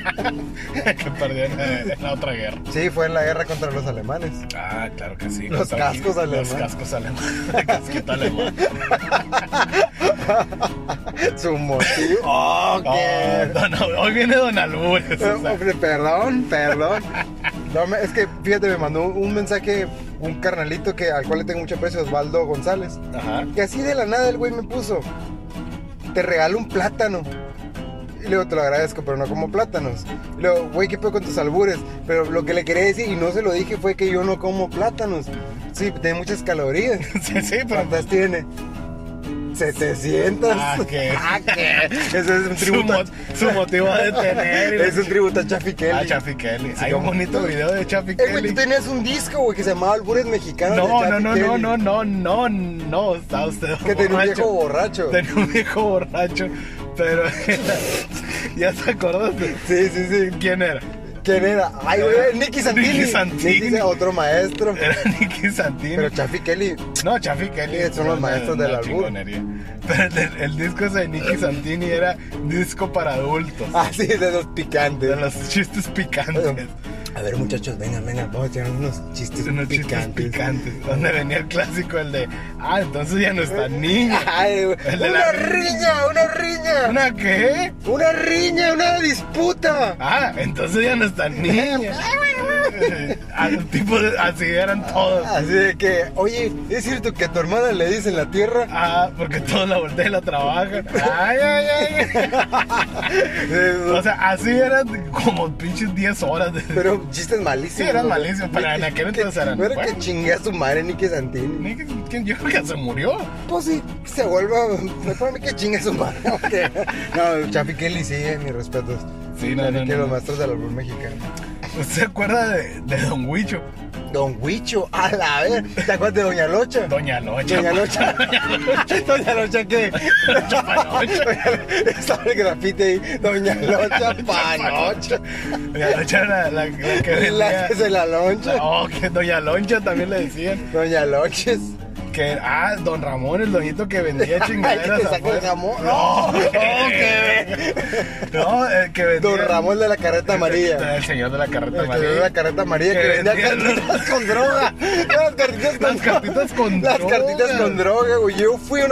Speaker 1: que perdió en, eh, en la otra guerra.
Speaker 2: Sí, fue en la guerra contra los alemanes.
Speaker 1: Ah, claro que sí.
Speaker 2: Los
Speaker 1: Contra-
Speaker 2: cascos alemanes.
Speaker 1: Los cascos alemanes. El casquito alemán.
Speaker 2: Su motivo. Oh,
Speaker 1: Oh,
Speaker 2: qué.
Speaker 1: don- hoy viene Don Albures. o sea.
Speaker 2: Eh, Perdón, perdón. No, me- es que fíjate, me mandó un mensaje un carnalito que, al cual le tengo mucho aprecio, Osvaldo González.
Speaker 1: Ajá.
Speaker 2: Que así de la nada el güey me puso: Te regalo un plátano. Y luego te lo agradezco, pero no como plátanos. Y luego, güey, ¿qué pedo con tus albures? Pero lo que le quería decir, y no se lo dije, fue que yo no como plátanos. Sí, tiene muchas calorías.
Speaker 1: Sí, sí, pero.
Speaker 2: ¿Cuántas tiene? 700.
Speaker 1: Ah, qué.
Speaker 2: Ah, qué. Eso es un
Speaker 1: Su,
Speaker 2: tributo.
Speaker 1: mo- su motivo de tener. y la
Speaker 2: Es un tributo a Chaffee Kelly.
Speaker 1: Ah, Chaffee Kelly.
Speaker 2: Sí,
Speaker 1: Hay un
Speaker 2: como-
Speaker 1: bonito video de Chaffee
Speaker 2: Eh, güey,
Speaker 1: Kelly.
Speaker 2: tú tenías un disco, güey, que se llamaba Albures Mexicanos. de
Speaker 1: No,
Speaker 2: Chaffee
Speaker 1: no, no,
Speaker 2: Kelly,
Speaker 1: no, no, no, no, no, estaba usted
Speaker 2: Que tenía un viejo
Speaker 1: borracho.
Speaker 2: borracho.
Speaker 1: Tenía un viejo borracho, pero ya te acordaste
Speaker 2: Sí, sí, sí.
Speaker 1: quién era.
Speaker 2: ¿Quién era? Ay, güey, Nicky Santini.
Speaker 1: Nicky Santini.
Speaker 2: Nicky, otro maestro.
Speaker 1: Era Nicky Santini.
Speaker 2: Pero Chaffee Kelly,
Speaker 1: no, Chaffee Kelly.
Speaker 2: Sí, son los
Speaker 1: una-
Speaker 2: maestros del
Speaker 1: una
Speaker 2: albur.
Speaker 1: chingonería. Pero el, el- el disco ese de Nicky Santini era disco para adultos.
Speaker 2: así ah, de los
Speaker 1: De
Speaker 2: picantes.
Speaker 1: los chistes picantes.
Speaker 2: A ver, muchachos, vengan, vengan, vamos a tirar unos chistes
Speaker 1: Unos chistes
Speaker 2: picantes.
Speaker 1: picantes. Donde venía el clásico, el de, ah, entonces ya no está niña.
Speaker 2: Ay, güey.
Speaker 1: El de
Speaker 2: Una
Speaker 1: la-
Speaker 2: riña, una riña.
Speaker 1: ¿Una qué?
Speaker 2: Una riña, una disputa.
Speaker 1: Ah, entonces ya no están niñas. Al tipo de- así eran todos.
Speaker 2: Así de que, oye, ¿es cierto que a tu hermana le dicen la tierra?
Speaker 1: Ah, porque todos la voltean y la trabajan. Ay, ay, ay. Ah.
Speaker 2: Eh,
Speaker 1: O sea, así eran como pinches 10 horas de.
Speaker 2: Pero chistes malísimos.
Speaker 1: Sí, eran
Speaker 2: ¿no?
Speaker 1: malísimos, pero en aquel entonces eran
Speaker 2: No era
Speaker 1: buenos.
Speaker 2: que chingue a su madre Nicky Santini.
Speaker 1: Ni que- que- Yo creo que se murió.
Speaker 2: Pues sí, que se vuelva. Mejor para mí que chingue a su madre. ok. No, Chapi Kelly sí, eh, mis respetos.
Speaker 1: Sí, no,
Speaker 2: Chafi
Speaker 1: no,
Speaker 2: Kelly,
Speaker 1: no,
Speaker 2: los
Speaker 1: no.
Speaker 2: maestros del albur mexicano.
Speaker 1: ¿Usted se acuerda de, de Don Huicho?
Speaker 2: Don Huicho, a la ver. ¿Te acuerdas de Doña Locha?
Speaker 1: Doña Locha.
Speaker 2: Doña Locha. Doña Locha, ¿qué?
Speaker 1: Locha Panocha.
Speaker 2: Estaba el grafite ahí. Doña Locha Panocha.
Speaker 1: Doña Locha era la, la que
Speaker 2: La
Speaker 1: vendía.
Speaker 2: que se la loncha.
Speaker 1: Oh, que Doña Loncha también le decían.
Speaker 2: Doña Loches.
Speaker 1: Que, ah, Don Ramón, el doñito que vendía
Speaker 2: Ay, que
Speaker 1: chingaderas.
Speaker 2: te saca el
Speaker 1: afuera.
Speaker 2: jamón.
Speaker 1: No,
Speaker 2: Oh, qué
Speaker 1: No, el que vendía.
Speaker 2: Don Ramón de la carreta amarilla.
Speaker 1: El señor de la carreta
Speaker 2: El que de
Speaker 1: amarilla.
Speaker 2: la carreta amarilla que
Speaker 1: Que
Speaker 2: vendía
Speaker 1: vendían-
Speaker 2: cartitas con droga. Las cartitas con
Speaker 1: Las cartitas con
Speaker 2: Las
Speaker 1: droga.
Speaker 2: cartitas con droga, güey. Yo fui un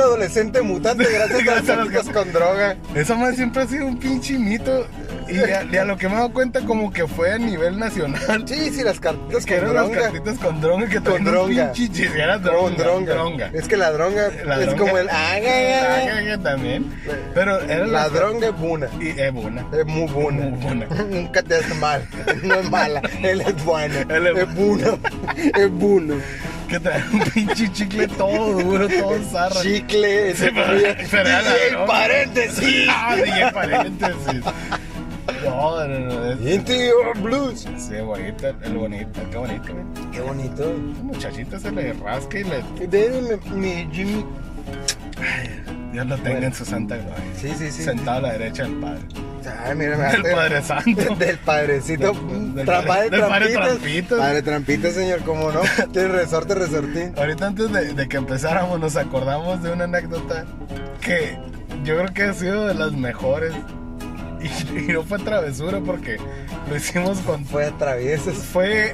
Speaker 2: adolescente mutante gracias a las
Speaker 1: Gracias a las
Speaker 2: cartitas con droga.
Speaker 1: Esa madre siempre ha sido un pinche mito. Y a, y a lo que me he dado cuenta, como que fue a nivel nacional.
Speaker 2: Sí, sí, las cartitas
Speaker 1: Que
Speaker 2: con
Speaker 1: eran las
Speaker 2: droga.
Speaker 1: cartitas con dronga que
Speaker 2: Con
Speaker 1: traían un
Speaker 2: dronga.
Speaker 1: pinche chis- era
Speaker 2: Con
Speaker 1: dronga.
Speaker 2: dronga.
Speaker 1: dronga.
Speaker 2: Es que la dronga
Speaker 1: La
Speaker 2: es
Speaker 1: dronga.
Speaker 2: como el. Ah, ah, ah, ah.
Speaker 1: Ah, también. Pero era
Speaker 2: La dronga es buena.
Speaker 1: Y eh, es buena.
Speaker 2: Es muy buena.
Speaker 1: Muy buena.
Speaker 2: Nunca te hace mal. No es mala. Él es bueno.
Speaker 1: Él es
Speaker 2: es bueno. Es bueno.
Speaker 1: Que trae un pinche chicle todo duro, todo zarra.
Speaker 2: Chicle. ese
Speaker 1: pero-
Speaker 2: frío.
Speaker 1: pero era la
Speaker 2: DJ
Speaker 1: dronga.
Speaker 2: paréntesis.
Speaker 1: Ah, dije paréntesis. No, no, no. es-
Speaker 2: Into your blues.
Speaker 1: Sí, bonito, el bonito, qué bonito. güey.
Speaker 2: Qué bonito.
Speaker 1: Esa muchachita se le rasca y le,
Speaker 2: Déjeme mi Jimmy.
Speaker 1: Dios lo tenga
Speaker 2: Bueno.
Speaker 1: en su santa gloria.
Speaker 2: Sí, sí, sí.
Speaker 1: Sentado a la derecha del Padre.
Speaker 2: Ay, mira, me
Speaker 1: Del
Speaker 2: hace-
Speaker 1: Padre Santo.
Speaker 2: Del padrecito.
Speaker 1: Del- del padre-
Speaker 2: Tra- Padre
Speaker 1: del padre
Speaker 2: Trampitas.
Speaker 1: Trampitas.
Speaker 2: Padre Trampitas, señor, cómo no. Tiene resorte, resortín.
Speaker 1: Ahorita antes de, de que empezáramos nos acordamos de una anécdota que yo creo que ha sido de las mejores. Y, y no fue travesura porque lo hicimos con...
Speaker 2: Fue a traviesos.
Speaker 1: Fue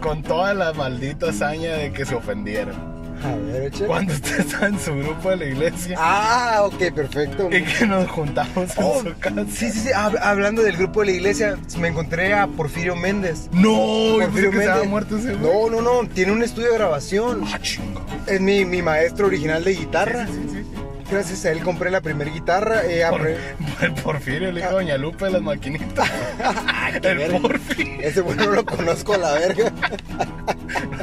Speaker 1: con toda la maldita hazaña de que se ofendieron.
Speaker 2: A ver, échale.
Speaker 1: Cuando usted estaba en su grupo de la iglesia
Speaker 2: Ah, ok, perfecto.
Speaker 1: y que nos juntamos en
Speaker 2: Oh,
Speaker 1: su casa.
Speaker 2: Sí, sí, sí. hab- hablando del grupo de la iglesia, me encontré a Porfirio Méndez.
Speaker 1: No, yo pensé
Speaker 2: Porfirio
Speaker 1: que se había muerto ese güey.
Speaker 2: No, no, no. Tiene un estudio de grabación.
Speaker 1: Ah, chingo.
Speaker 2: Es mi, mi maestro original de guitarra.
Speaker 1: Sí, sí, sí, sí.
Speaker 2: Gracias a él compré la primera guitarra. eh,
Speaker 1: Por-
Speaker 2: apre-
Speaker 1: el Porfirio, el hijo de Doña Lupe de las maquinitas.
Speaker 2: Ah, qué
Speaker 1: el
Speaker 2: verga.
Speaker 1: Porfirio.
Speaker 2: Ese bueno no lo conozco a la verga.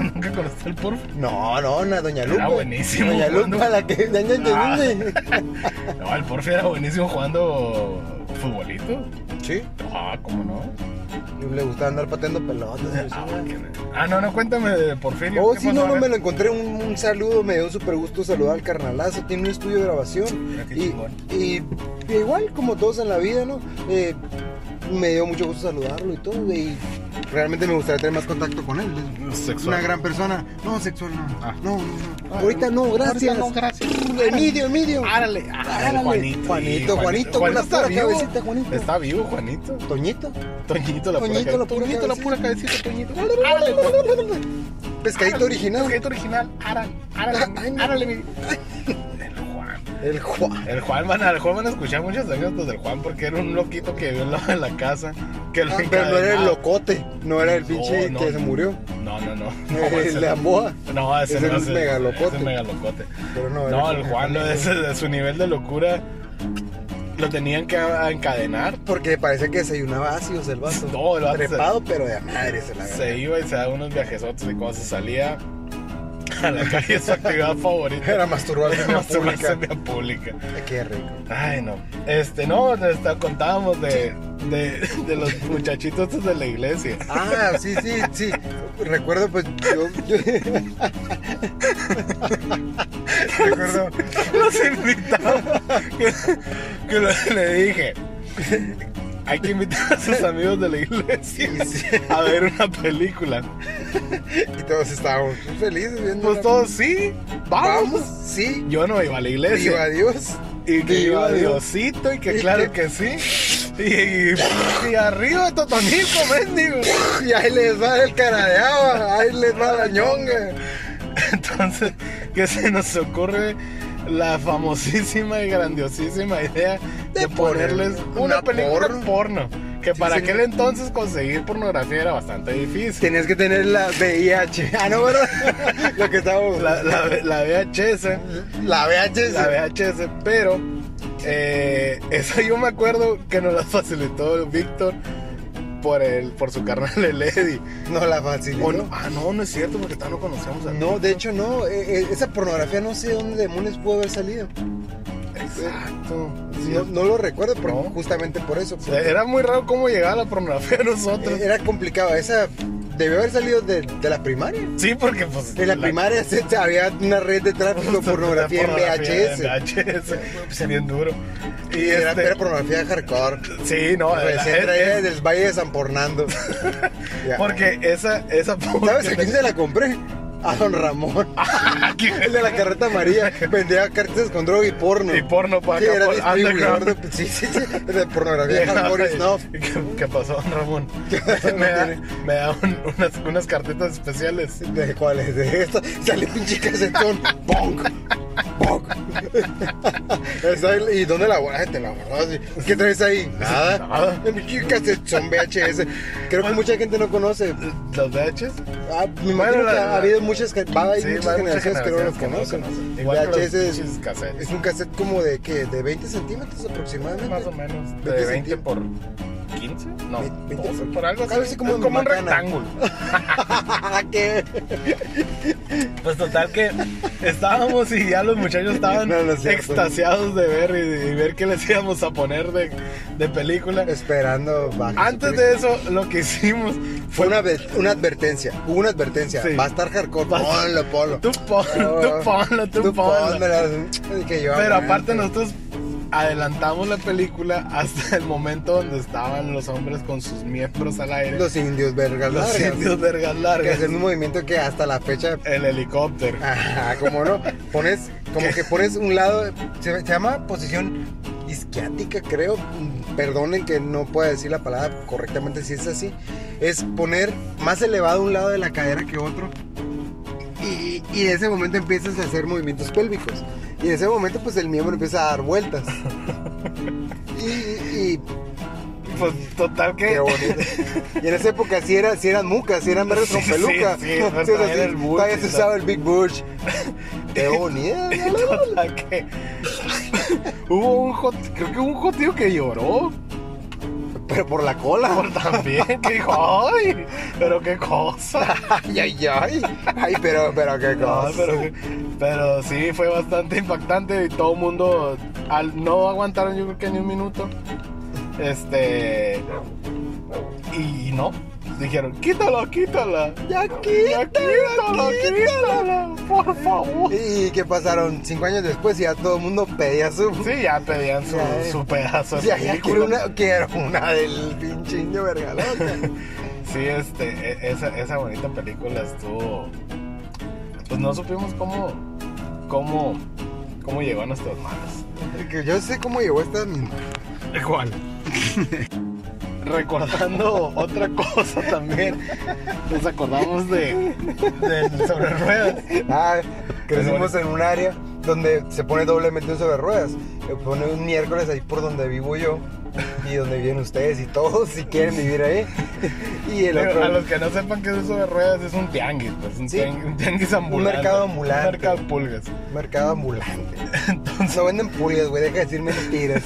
Speaker 1: Nunca conocí el Porfirio.
Speaker 2: No, no, na, Doña Lupa.
Speaker 1: Era Ah, buenísimo.
Speaker 2: Doña
Speaker 1: jugando-
Speaker 2: Lupa, la que.
Speaker 1: Ah. No, el Porfirio era buenísimo jugando futbolito.
Speaker 2: Sí,
Speaker 1: Ah, ¿cómo no?
Speaker 2: le gustaba andar pateando pelotas.
Speaker 1: Ah, qué re- ah, no, no, cuéntame de Porfirio.
Speaker 2: Oh,
Speaker 1: ¿Qué
Speaker 2: sí,
Speaker 1: pasó?
Speaker 2: no,
Speaker 1: A
Speaker 2: no
Speaker 1: ver.
Speaker 2: me lo encontré. Un, un saludo, me dio súper gusto saludar al carnalazo. Tiene un estudio de grabación.
Speaker 1: Mira qué
Speaker 2: Y,
Speaker 1: chingón.
Speaker 2: y igual, como todos en la vida, ¿no? Eh, me dio mucho gusto saludarlo y todo. Y realmente me gustaría tener más contacto con él. Es
Speaker 1: Sexual.
Speaker 2: una gran persona. No, sexual, no.
Speaker 1: Ah.
Speaker 2: No, no, no. Ahorita no, gracias.
Speaker 1: Ahorita no, Ah. gracias.
Speaker 2: Emidio, Emidio.
Speaker 1: Árale, árale,
Speaker 2: Árale.
Speaker 1: Juanito.
Speaker 2: Juanito,
Speaker 1: Sí,
Speaker 2: Juanito, con la
Speaker 1: está
Speaker 2: pura
Speaker 1: vivo.
Speaker 2: cabecita, Juanito.
Speaker 1: Está vivo, Juanito.
Speaker 2: Toñito.
Speaker 1: Toñito, la pura
Speaker 2: Toñito,
Speaker 1: cabecita.
Speaker 2: la pura
Speaker 1: Toñito, la
Speaker 2: cabecita.
Speaker 1: pura cabecita, Toñito. Árale, Juanito.
Speaker 2: Pescadito original.
Speaker 1: Pescadito original. Árale, árale, árale, mi- El Juan.
Speaker 2: El Juan.
Speaker 1: El Juan, van a, el Juan van a escuchar muchas anécdotas del Juan porque era un loquito que vio al lado de la casa. Que lo
Speaker 2: Mm. Ah, pero no era el
Speaker 1: encadenaba.
Speaker 2: locote, no era el pinche
Speaker 1: No, no.
Speaker 2: que se murió.
Speaker 1: No, no, no. No,
Speaker 2: El
Speaker 1: ese
Speaker 2: de
Speaker 1: no.
Speaker 2: Amboa.
Speaker 1: No, ese
Speaker 2: ese
Speaker 1: no
Speaker 2: es
Speaker 1: ese-
Speaker 2: un megalocote.
Speaker 1: ese es megalocote.
Speaker 2: Pero no, era
Speaker 1: No,
Speaker 2: como
Speaker 1: el
Speaker 2: que
Speaker 1: Juan, lo,
Speaker 2: también-
Speaker 1: de, ese- de su nivel de locura, lo tenían que a- encadenar.
Speaker 2: Porque parece que desayunaba ácidos el vaso.
Speaker 1: No, el vato se-
Speaker 2: Trepado, pero de a madre se la
Speaker 1: Se iba y se daba unos viajesotes y cuando se salía a la calle, su actividad favorita
Speaker 2: Era masturbarse
Speaker 1: era
Speaker 2: en la
Speaker 1: masturbarse
Speaker 2: pública.
Speaker 1: en vía pública.
Speaker 2: Qué rico.
Speaker 1: Ay, no. Este, no, hasta contábamos de, de, de los muchachitos estos de la iglesia.
Speaker 2: Ah, sí, sí, sí. Recuerdo, pues, yo... yo- Recuerdo...
Speaker 1: Los invitamos. Que, que lo- le dije. Hay que invitar a sus amigos de la iglesia
Speaker 2: Y, sí,
Speaker 1: a ver una película.
Speaker 2: y todos estábamos felices viendo...
Speaker 1: Pues
Speaker 2: la-
Speaker 1: todos sí, vamos.
Speaker 2: Vamos, sí.
Speaker 1: Yo no iba a la iglesia.
Speaker 2: Viva Dios.
Speaker 1: y que
Speaker 2: viva
Speaker 1: iba
Speaker 2: Dios.
Speaker 1: Diosito y que
Speaker 2: Y
Speaker 1: claro
Speaker 2: que-
Speaker 1: que sí. Y, y- y arriba Totonico, mendigo.
Speaker 2: Y ahí les va el caradeaba, ahí les va la ñonga.
Speaker 1: Entonces, que se nos ocurre la famosísima y grandiosísima idea de,
Speaker 2: De
Speaker 1: ponerles
Speaker 2: poner
Speaker 1: una,
Speaker 2: una
Speaker 1: película
Speaker 2: porno.
Speaker 1: porno. Que
Speaker 2: Sí,
Speaker 1: para
Speaker 2: señor.
Speaker 1: aquel entonces conseguir pornografía era bastante difícil.
Speaker 2: Tenías que tener la VIH. Ah, no, ¿verdad? Lo que estábamos. La,
Speaker 1: La, la, la VHS,
Speaker 2: VIH.
Speaker 1: la VHS, pero eh, esa yo me acuerdo que nos la facilitó Víctor por el por su carnal el Eddie.
Speaker 2: No la
Speaker 1: O
Speaker 2: facilitó.
Speaker 1: no- ah, no, no es cierto, porque tal no conocemos a
Speaker 2: No, de hecho, no. eh, eh, esa pornografía no sé dónde demonios pudo haber salido.
Speaker 1: Exacto. sí.
Speaker 2: No, no lo recuerdo, pero
Speaker 1: No.
Speaker 2: justamente por eso. E,
Speaker 1: O sea, Era muy raro cómo llegaba la pornografía a nosotros.
Speaker 2: Era complicado. Esa debió haber salido de, de la primaria.
Speaker 1: Sí, porque pues.
Speaker 2: En la, primaria se- se- había una red de tráfico de pornografía en VHS.
Speaker 1: VHS. Pues bien duro. Y
Speaker 2: Era,
Speaker 1: este-
Speaker 2: era pornografía hardcore.
Speaker 1: Sí, no. era-
Speaker 2: Recién
Speaker 1: es-
Speaker 2: traída
Speaker 1: es-
Speaker 2: del Valle de San Fernando. Ya.
Speaker 1: porque esa. esa
Speaker 2: ¿Sabes a quién se la compré? a don Ramón.
Speaker 1: ¿Quién?
Speaker 2: El de la carreta amarilla vendía cartas con droga y porno.
Speaker 1: Y porno para
Speaker 2: Sí,
Speaker 1: acá,
Speaker 2: era
Speaker 1: por
Speaker 2: distribuidor
Speaker 1: underground.
Speaker 2: de, sí, sí, sí, de pornografía hardcore y snuff.
Speaker 1: ¿Qué, qué pasó, don Ramón? me da, me da un- unas, unas cartetas especiales.
Speaker 2: ¿De cuál es? ¿De esta? Sale pinche casetón. ¡Bonk! ¡Bonk! Esa es- ¿Y dónde la guardas? Te la guardas. ¿Y ¿Qué traes ahí? Nada.
Speaker 1: Nada.
Speaker 2: El pinche casetón VHS. Creo que mucha gente no conoce.
Speaker 1: ¿Los VHs?
Speaker 2: Ah, me imagino
Speaker 1: Bueno, la-
Speaker 2: que ha habido muchas, gen- va a haber
Speaker 1: Sí,
Speaker 2: muchas
Speaker 1: va, muchas
Speaker 2: generaciones que no los
Speaker 1: generaciones que no los
Speaker 2: conocen.
Speaker 1: conocen.
Speaker 2: El
Speaker 1: Igual que los
Speaker 2: VHS es,
Speaker 1: pinches cassettes.
Speaker 2: es un cassette como de, ¿qué? ¿De 20 centímetros aproximadamente?
Speaker 1: Más o menos. De
Speaker 2: 20
Speaker 1: 20
Speaker 2: centí-
Speaker 1: por 15? No.
Speaker 2: 20
Speaker 1: 12,
Speaker 2: por-
Speaker 1: por algo así.
Speaker 2: algo así como
Speaker 1: como un
Speaker 2: macana.
Speaker 1: rectángulo.
Speaker 2: ¿Qué?
Speaker 1: Pues total que estábamos y ya los muchachos estaban
Speaker 2: No, no es cierto.
Speaker 1: extasiados de ver y, y ver qué les íbamos a poner de, de película.
Speaker 2: Esperando bajas.
Speaker 1: Antes de eso, lo que hicimos
Speaker 2: Fue una, adver- una advertencia, hubo una advertencia.
Speaker 1: Sí.
Speaker 2: Va a estar hardcore.
Speaker 1: Va-
Speaker 2: Ponlo, ponlo.
Speaker 1: tú ponlo, tú ponlo, tú ponlo.
Speaker 2: ponlo. Que yo "Ah,
Speaker 1: Pero
Speaker 2: aguante.
Speaker 1: aparte nosotros adelantamos la película hasta el momento donde estaban los hombres con sus miembros al aire.
Speaker 2: Los indios vergas
Speaker 1: Los
Speaker 2: largas.
Speaker 1: indios vergas
Speaker 2: Que Ah.
Speaker 1: largas.
Speaker 2: es un movimiento que hasta la fecha...
Speaker 1: El helicóptero.
Speaker 2: Ajá, como no, pones, como que pones un lado, se, se llama posición isquiática, creo. Mm, Perdonen que no pueda decir la palabra correctamente si es así. Es poner más elevado un lado de la cadera que otro. Y, y en ese momento empiezas a hacer movimientos pélvicos. Y en ese momento, pues el miembro empieza a dar vueltas. Y, y- y-
Speaker 1: Pues total que.
Speaker 2: qué bonito. Y en esa época, si, era, si eran mucas, si eran verdes con
Speaker 1: Sí,
Speaker 2: peluca.
Speaker 1: sí, sí, no,
Speaker 2: Sí, o sea,
Speaker 1: traían
Speaker 2: sí,
Speaker 1: el bush
Speaker 2: todavía
Speaker 1: y
Speaker 2: se
Speaker 1: todo.
Speaker 2: usaba el Big Bush. Qué bonito.
Speaker 1: Total que- hubo un jot- creo que hubo un jodido que lloró
Speaker 2: Pero por la cola.
Speaker 1: por también que dijo ay pero qué cosa
Speaker 2: Ay, ay, ay. Ay, pero, pero qué cosa.
Speaker 1: No, pero, pero sí fue bastante impactante y todo el mundo al no aguantaron yo creo que ni un minuto este y no dijeron quítalo quítala
Speaker 2: Ya aquí.
Speaker 1: ya quítalo quítalo por favor
Speaker 2: Y que pasaron cinco años después y ya todo el mundo pedía su.
Speaker 1: sí ya pedían su,
Speaker 2: Ya, eh.
Speaker 1: su pedazo de
Speaker 2: Ya, ya quiero
Speaker 1: película.
Speaker 2: una, quiero una del pinche indio vergalota.
Speaker 1: Sí, este, e- esa, esa bonita película estuvo. Pues no supimos cómo. cómo. cómo llegó a nuestras manos.
Speaker 2: Que yo sé cómo llegó esta misma.
Speaker 1: ¿Cuál? Recordando otra cosa también, nos acordamos de, del sobre ruedas.
Speaker 2: Ah,
Speaker 1: Es
Speaker 2: crecimos
Speaker 1: bonito.
Speaker 2: en un área donde se pone doblemente un sobre ruedas. Se pone un miércoles ahí por donde vivo yo y donde viven ustedes y todos si quieren vivir ahí. Y el
Speaker 1: Digo,
Speaker 2: otro.
Speaker 1: A los que no sepan qué es un sobre ruedas, es un tianguis, pues un,
Speaker 2: Sí.
Speaker 1: tiang- un tianguis ambulante.
Speaker 2: mercado ambulante.
Speaker 1: Un mercado de pulgas.
Speaker 2: Mercado ambulante. No venden pulgas, güey, deja de decir mentiras.